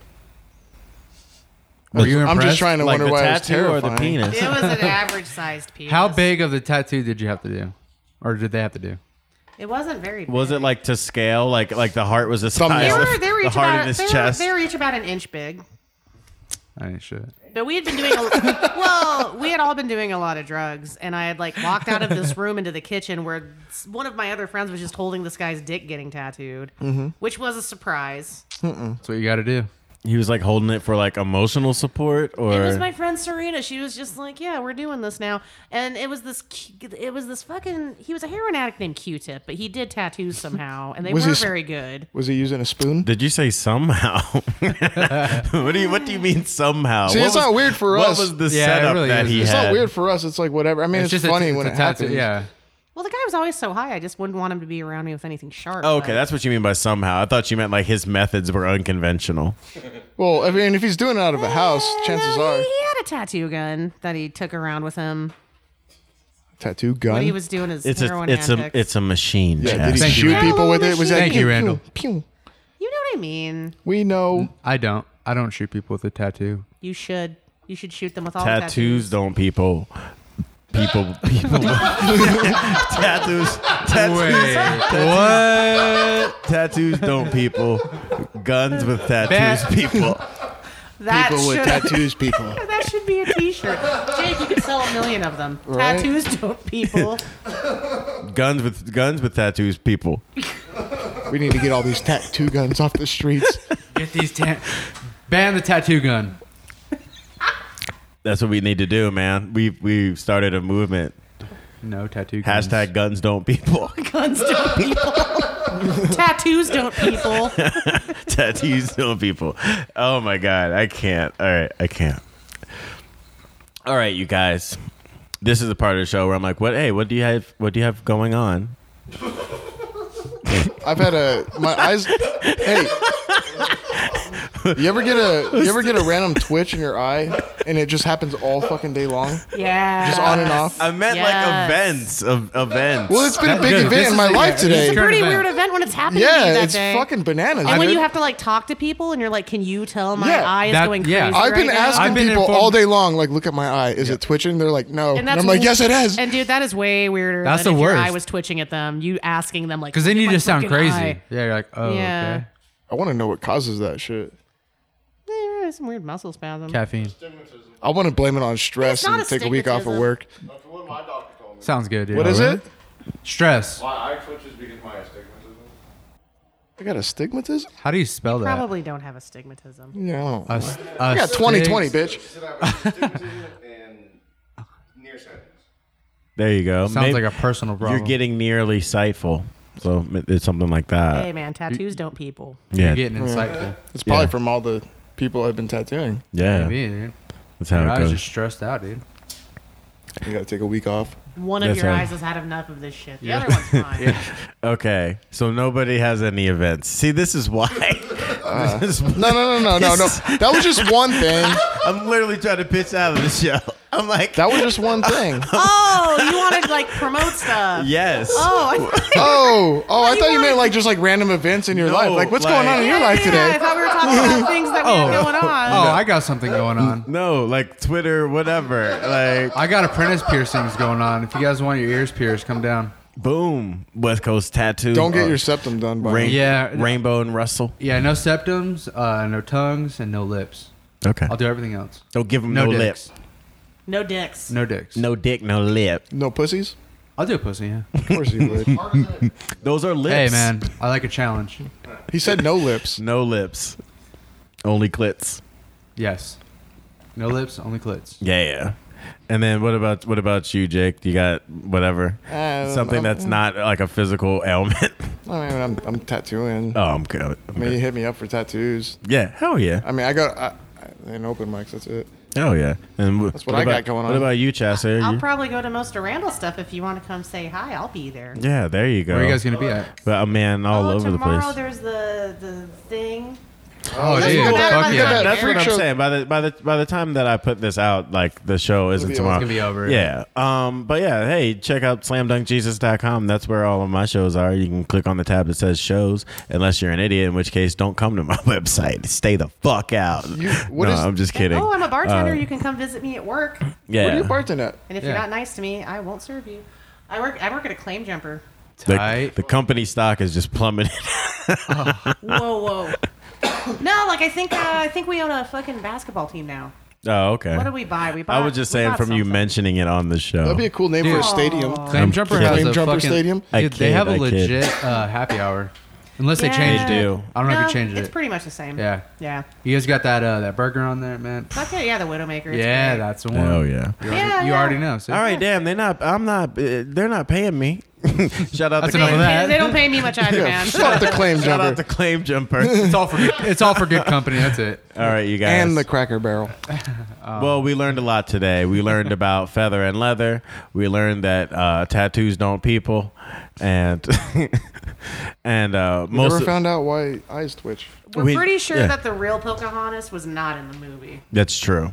Speaker 4: Were you impressed?
Speaker 6: I'm just trying to
Speaker 1: Like
Speaker 6: wonder
Speaker 1: the
Speaker 6: why it's
Speaker 1: tattoo or
Speaker 6: terrifying.
Speaker 1: the penis?
Speaker 5: It was an average sized piece.
Speaker 4: How big of the tattoo did you have to do, or did they have to do?
Speaker 5: It wasn't very. Big.
Speaker 1: Was it like to scale? Like like the heart was the
Speaker 5: They
Speaker 1: size
Speaker 6: Thumbnail.
Speaker 5: were,
Speaker 1: of
Speaker 5: they were
Speaker 1: the
Speaker 5: each
Speaker 1: heart
Speaker 5: about,
Speaker 1: in his
Speaker 5: they were-
Speaker 1: chest?
Speaker 5: they were each about an inch big.
Speaker 4: I ain't shit.
Speaker 5: But we had been doing a well, we had all been doing a lot of drugs, and I had like walked out of this room into the kitchen where s- one of my other friends was just holding this guy's dick getting tattooed, which was a surprise.
Speaker 4: That's what you got to do.
Speaker 1: He was like holding it for like emotional support, or
Speaker 5: It was my friend Serena. She was just like, "Yeah, we're doing this now," and it was this. cu- It was this fucking. He was a heroin addict named Q-Tip, but he did tattoos somehow, and they
Speaker 6: Was
Speaker 5: were
Speaker 6: his-
Speaker 5: very good.
Speaker 6: Was he using a spoon?
Speaker 1: did you say somehow? what do you What do you mean somehow?
Speaker 6: See,
Speaker 1: what
Speaker 6: it's not weird for
Speaker 1: what
Speaker 6: us.
Speaker 1: was the
Speaker 4: Yeah, it
Speaker 1: setup
Speaker 4: really
Speaker 1: that
Speaker 4: is.
Speaker 1: he
Speaker 6: It's
Speaker 1: had?
Speaker 6: not weird for us. It's like whatever. I mean, it's,
Speaker 4: a-
Speaker 6: funny when
Speaker 4: a
Speaker 6: it happens.
Speaker 4: Yeah.
Speaker 5: Well, the guy was always so high, I just wouldn't want him to be around me with anything sharp.
Speaker 1: Oh, okay,
Speaker 5: but-
Speaker 1: that's what you mean by somehow. I thought you meant like his methods were unconventional.
Speaker 6: Well, I mean, if he's doing it out of a house, chances
Speaker 5: No,
Speaker 6: are
Speaker 5: he, he had a tattoo gun that he took around with him
Speaker 6: tattoo
Speaker 5: when
Speaker 6: gun.
Speaker 5: he was doing his
Speaker 1: It's a
Speaker 5: heroin
Speaker 1: it's
Speaker 5: antics.
Speaker 1: a it's a machine.
Speaker 6: yeah, did he
Speaker 1: Jack.
Speaker 4: Thank you,
Speaker 6: shoot
Speaker 4: Randall.
Speaker 6: people with it? Was that
Speaker 4: Thank you,
Speaker 6: pew, pew,
Speaker 4: Randall. Mm.
Speaker 6: pew?
Speaker 5: you know what I mean.
Speaker 6: We know.
Speaker 4: I don't. I don't shoot people with a tattoo.
Speaker 5: You should. You should shoot them with all the
Speaker 1: tattoos
Speaker 5: tattoos.
Speaker 1: don't people people people tattoos tattoos
Speaker 4: Wait,
Speaker 1: what tattoos don't people guns with tattoos
Speaker 4: That-
Speaker 1: people
Speaker 5: That
Speaker 6: people with
Speaker 5: should
Speaker 6: tattoos, people.
Speaker 5: that should be a T-shirt. Jake, you could sell a million of them. Tattoos don't people.
Speaker 1: guns with guns with tattoos people
Speaker 6: We need to get all these tattoo guns off the streets.
Speaker 4: Get these ta- ban the tattoo gun.
Speaker 1: that's what we need to do man we we started a movement
Speaker 4: No tattoo guns.
Speaker 1: hashtag guns don't people
Speaker 5: Guns don't people. tattoos don't people.
Speaker 1: tattoos don't people oh my god i can't all right i can't all right you guys this is the part of the show where i'm like what hey what do you have what do you have going on
Speaker 6: I've had a my eyes. Hey, you ever get a you ever get a random twitch in your eye, and it just happens all fucking day long,
Speaker 5: Yeah.
Speaker 6: just on and off.
Speaker 1: I meant
Speaker 5: Yes.
Speaker 1: like events of events.
Speaker 6: Well, it's been a big
Speaker 4: Good.
Speaker 6: event
Speaker 4: This
Speaker 6: in
Speaker 4: is
Speaker 6: my
Speaker 4: a-
Speaker 6: life
Speaker 4: this is a
Speaker 6: today.
Speaker 4: current
Speaker 5: Pretty
Speaker 4: event.
Speaker 5: weird event when it's happening to you
Speaker 6: Yeah,
Speaker 5: that
Speaker 6: it's
Speaker 5: day.
Speaker 6: fucking bananas.
Speaker 5: And when
Speaker 6: dude.
Speaker 5: you have to like talk to people and you're like, "Can you tell my
Speaker 6: Yeah.
Speaker 5: eye is
Speaker 4: That-
Speaker 5: going
Speaker 4: yeah.
Speaker 5: crazy?"
Speaker 6: I've been
Speaker 5: right now?"
Speaker 6: asking
Speaker 4: I've been
Speaker 6: people
Speaker 4: informed-
Speaker 6: all day long, like, look at my eye. Is it twitching? They're like, no. And, I'm like, yes, it is.
Speaker 5: And dude, that is way weirder.
Speaker 4: That's
Speaker 5: than
Speaker 4: the
Speaker 5: if Your
Speaker 4: worst.
Speaker 5: eye was twitching at them. You asking them like
Speaker 4: Because then
Speaker 5: "Look
Speaker 4: you
Speaker 5: at my
Speaker 4: just sound
Speaker 5: fucking
Speaker 4: crazy.
Speaker 5: eye."
Speaker 4: Yeah, you're like, oh,
Speaker 5: Yeah.
Speaker 4: okay.
Speaker 6: I want to know what causes that shit.
Speaker 5: There is some weird muscle spasm.
Speaker 4: Caffeine.
Speaker 6: I want to blame it on stress
Speaker 5: It's not
Speaker 6: and
Speaker 5: a
Speaker 6: take a week off of
Speaker 5: stigmatism.
Speaker 6: work.
Speaker 2: That's what my doctor told me.
Speaker 4: Sounds good, dude.
Speaker 6: What is it?
Speaker 4: Stress.
Speaker 2: My eye twitches because my astigmatism.
Speaker 6: I got astigmatism?
Speaker 4: How do you spell that?
Speaker 5: Probably don't have astigmatism.
Speaker 6: No.
Speaker 4: A
Speaker 6: I
Speaker 4: s- a
Speaker 6: got 2020,
Speaker 4: stig-
Speaker 6: bitch.
Speaker 2: Said I have astigmatism and nearsightedness.
Speaker 1: there you go.
Speaker 4: Sounds
Speaker 1: Maybe
Speaker 4: like a personal problem.
Speaker 1: You're getting nearly sightful, so it's something like that.
Speaker 5: Hey man, tattoos don't people.
Speaker 1: yeah,
Speaker 4: You're getting insightful.
Speaker 6: It's probably
Speaker 1: Yeah.
Speaker 6: from all the people I've been tattooing.
Speaker 1: yeah.
Speaker 4: Maybe, dude.
Speaker 1: That's
Speaker 4: Your
Speaker 1: how it
Speaker 4: eyes
Speaker 1: goes.
Speaker 4: just stressed out, dude.
Speaker 6: You got to take a week off.
Speaker 5: One of
Speaker 1: That's
Speaker 5: your
Speaker 1: right.
Speaker 5: eyes has had enough of this shit. The
Speaker 4: Yeah.
Speaker 5: other one's fine.
Speaker 1: okay, so nobody has any events. See, this is why. This is-
Speaker 6: No, no, no, no, no, no. That was just one thing.
Speaker 1: I'm literally trying to pitch out of the show. I'm like,
Speaker 6: That was just one thing.
Speaker 5: Oh, you wanted to like promote stuff.
Speaker 1: yes.
Speaker 5: Oh, I,
Speaker 6: Oh, oh, I
Speaker 5: you
Speaker 6: thought you
Speaker 5: wanna-
Speaker 6: meant like just like random events in your
Speaker 1: No,
Speaker 6: life. Like, what's going on in
Speaker 1: like-
Speaker 6: your life
Speaker 5: Yeah, I
Speaker 6: today?
Speaker 5: thought we were talking about things that we had
Speaker 4: Oh.
Speaker 5: going on.
Speaker 4: Oh, I got something going on.
Speaker 1: No, like Twitter, whatever. Like,
Speaker 4: I got apprentice piercings going on. If you guys want your ears pierced, come down.
Speaker 1: boom. West Coast tattoo.
Speaker 6: Don't get
Speaker 1: Uh,
Speaker 6: your septum done by
Speaker 1: rain-
Speaker 6: me.
Speaker 4: Yeah.
Speaker 1: Rainbow and Russell.
Speaker 4: Yeah, no septums, uh, no tongues, and no lips.
Speaker 1: Okay.
Speaker 4: I'll do everything else.
Speaker 1: Don't give them
Speaker 4: No,
Speaker 1: no,
Speaker 4: dicks.
Speaker 1: lips.
Speaker 5: No dicks.
Speaker 4: No dicks.
Speaker 1: No dick, no lip.
Speaker 6: No pussies?
Speaker 4: I'll do a pussy. Yeah.
Speaker 6: Of course you would.
Speaker 1: Those are lips.
Speaker 4: Hey man, I like a challenge.
Speaker 6: He said no lips.
Speaker 1: No lips. Only clits.
Speaker 4: Yes. No lips, only clits.
Speaker 1: Yeah, yeah. And then what about what about you, Jake? You got whatever
Speaker 6: Um,
Speaker 1: something
Speaker 6: um,
Speaker 1: that's not like a physical ailment.
Speaker 6: I mean, I'm, I'm tattooing.
Speaker 1: oh, I'm good. I'm
Speaker 6: I mean, you
Speaker 1: good.
Speaker 6: hit me up for tattoos.
Speaker 1: Yeah, hell yeah,
Speaker 6: I mean, I got I, I, an open mics. That's it.
Speaker 1: hell yeah. And wh-
Speaker 6: That's what I
Speaker 1: about,
Speaker 6: got going
Speaker 1: What
Speaker 6: on.
Speaker 1: about you, Chasser?
Speaker 5: I'll
Speaker 1: You-
Speaker 5: probably go to most of Randall's stuff if you want to come say hi. I'll be there.
Speaker 1: yeah, there you go.
Speaker 4: Where are you guys gonna be at?
Speaker 1: But, uh, man, all
Speaker 5: oh,
Speaker 1: over the
Speaker 5: tomorrow
Speaker 1: place.
Speaker 5: there's the the thing.
Speaker 4: Oh,
Speaker 6: that's
Speaker 4: dude,
Speaker 6: cool.
Speaker 4: fuck
Speaker 6: You
Speaker 4: yeah.
Speaker 6: got
Speaker 1: That's
Speaker 6: that
Speaker 1: what
Speaker 6: freak
Speaker 1: I'm
Speaker 6: show-
Speaker 1: saying. By the by the by the time that I put this out, like the show isn't
Speaker 6: be
Speaker 1: tomorrow.
Speaker 6: over.
Speaker 4: It's gonna be over.
Speaker 1: Yeah. Um. But yeah. Hey, check out slamdunkjesus.com. That's where all of my shows are. You can click on the tab that says shows, unless you're an idiot, in which case don't come to my website. Stay the fuck out.
Speaker 6: You- what
Speaker 1: no,
Speaker 6: is-
Speaker 1: I'm just kidding.
Speaker 5: Oh, I'm a bartender.
Speaker 1: Uh,
Speaker 5: you can come visit me at work.
Speaker 1: yeah.
Speaker 6: What are you bartending at?
Speaker 5: And if
Speaker 4: Yeah.
Speaker 5: you're not nice to me, I won't serve you. I work. I work at a claim jumper.
Speaker 1: the,
Speaker 4: Tight.
Speaker 1: the company stock is just plummeting.
Speaker 5: Whoa, whoa. no, like I think uh, I think we own a fucking basketball team now.
Speaker 1: oh, okay.
Speaker 5: What did we buy? We bought.
Speaker 1: I was just
Speaker 5: we
Speaker 1: saying
Speaker 5: bought
Speaker 1: from you
Speaker 5: something.
Speaker 1: mentioning it on the show.
Speaker 6: That'd be a cool name for a
Speaker 4: Dude.
Speaker 6: stadium.
Speaker 4: Claim Jumper
Speaker 1: kidding.
Speaker 4: has
Speaker 6: Claim
Speaker 4: a
Speaker 6: Jumper
Speaker 4: fucking,
Speaker 6: Stadium?
Speaker 1: I
Speaker 4: Dude, they have a
Speaker 1: kid, I kid.
Speaker 4: legit uh, happy hour, unless they changed
Speaker 5: Yeah.
Speaker 1: They
Speaker 4: it.
Speaker 1: do.
Speaker 4: I don't know
Speaker 5: no,
Speaker 4: if you changed
Speaker 5: It's
Speaker 4: it.
Speaker 5: pretty much the same.
Speaker 4: Yeah.
Speaker 5: Yeah.
Speaker 4: You guys got that uh, that burger on there, man.
Speaker 5: Fuck yeah, yeah, the Widowmaker. It's
Speaker 4: yeah,
Speaker 5: great.
Speaker 4: that's the one.
Speaker 1: Oh yeah.
Speaker 4: You already,
Speaker 5: Yeah,
Speaker 4: you
Speaker 5: yeah.
Speaker 4: already know. See?
Speaker 1: All right, damn. They're not. I'm not. Uh, they're not paying me. Shout out
Speaker 4: That's
Speaker 1: to
Speaker 4: enough of
Speaker 1: Claim-
Speaker 4: that.
Speaker 5: They don't pay me much either,
Speaker 6: Yeah,
Speaker 5: man.
Speaker 6: fuck the claim
Speaker 1: Shout out
Speaker 6: jumper
Speaker 1: to Claim Jumper.
Speaker 4: It's all for good, it's all for good company. That's it.
Speaker 1: All right, you guys.
Speaker 6: and the Cracker Barrel.
Speaker 1: well, we learned a lot today. We learned about feather and leather. We learned that uh, tattoos don't people, and and uh, most
Speaker 6: Never
Speaker 1: of-
Speaker 6: found out why eyes twitch.
Speaker 5: We're
Speaker 1: We-
Speaker 5: pretty sure
Speaker 1: yeah.
Speaker 5: that the real Pocahontas was not in the movie.
Speaker 1: that's true.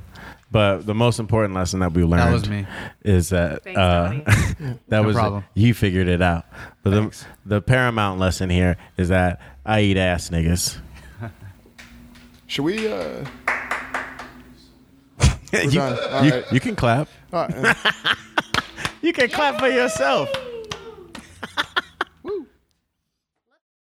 Speaker 1: But the most important lesson that we learned
Speaker 4: That was me.
Speaker 1: is that
Speaker 5: Thanks,
Speaker 1: uh,
Speaker 5: Tony.
Speaker 1: that was
Speaker 4: problem.
Speaker 1: you figured it out. But the,
Speaker 4: Thanks.
Speaker 1: the paramount lesson here is that I eat ass niggas.
Speaker 6: Should we? uh
Speaker 1: you,
Speaker 6: done. All
Speaker 1: you,
Speaker 6: right.
Speaker 1: you can clap.
Speaker 6: All right. uh,
Speaker 1: You can clap for yourself.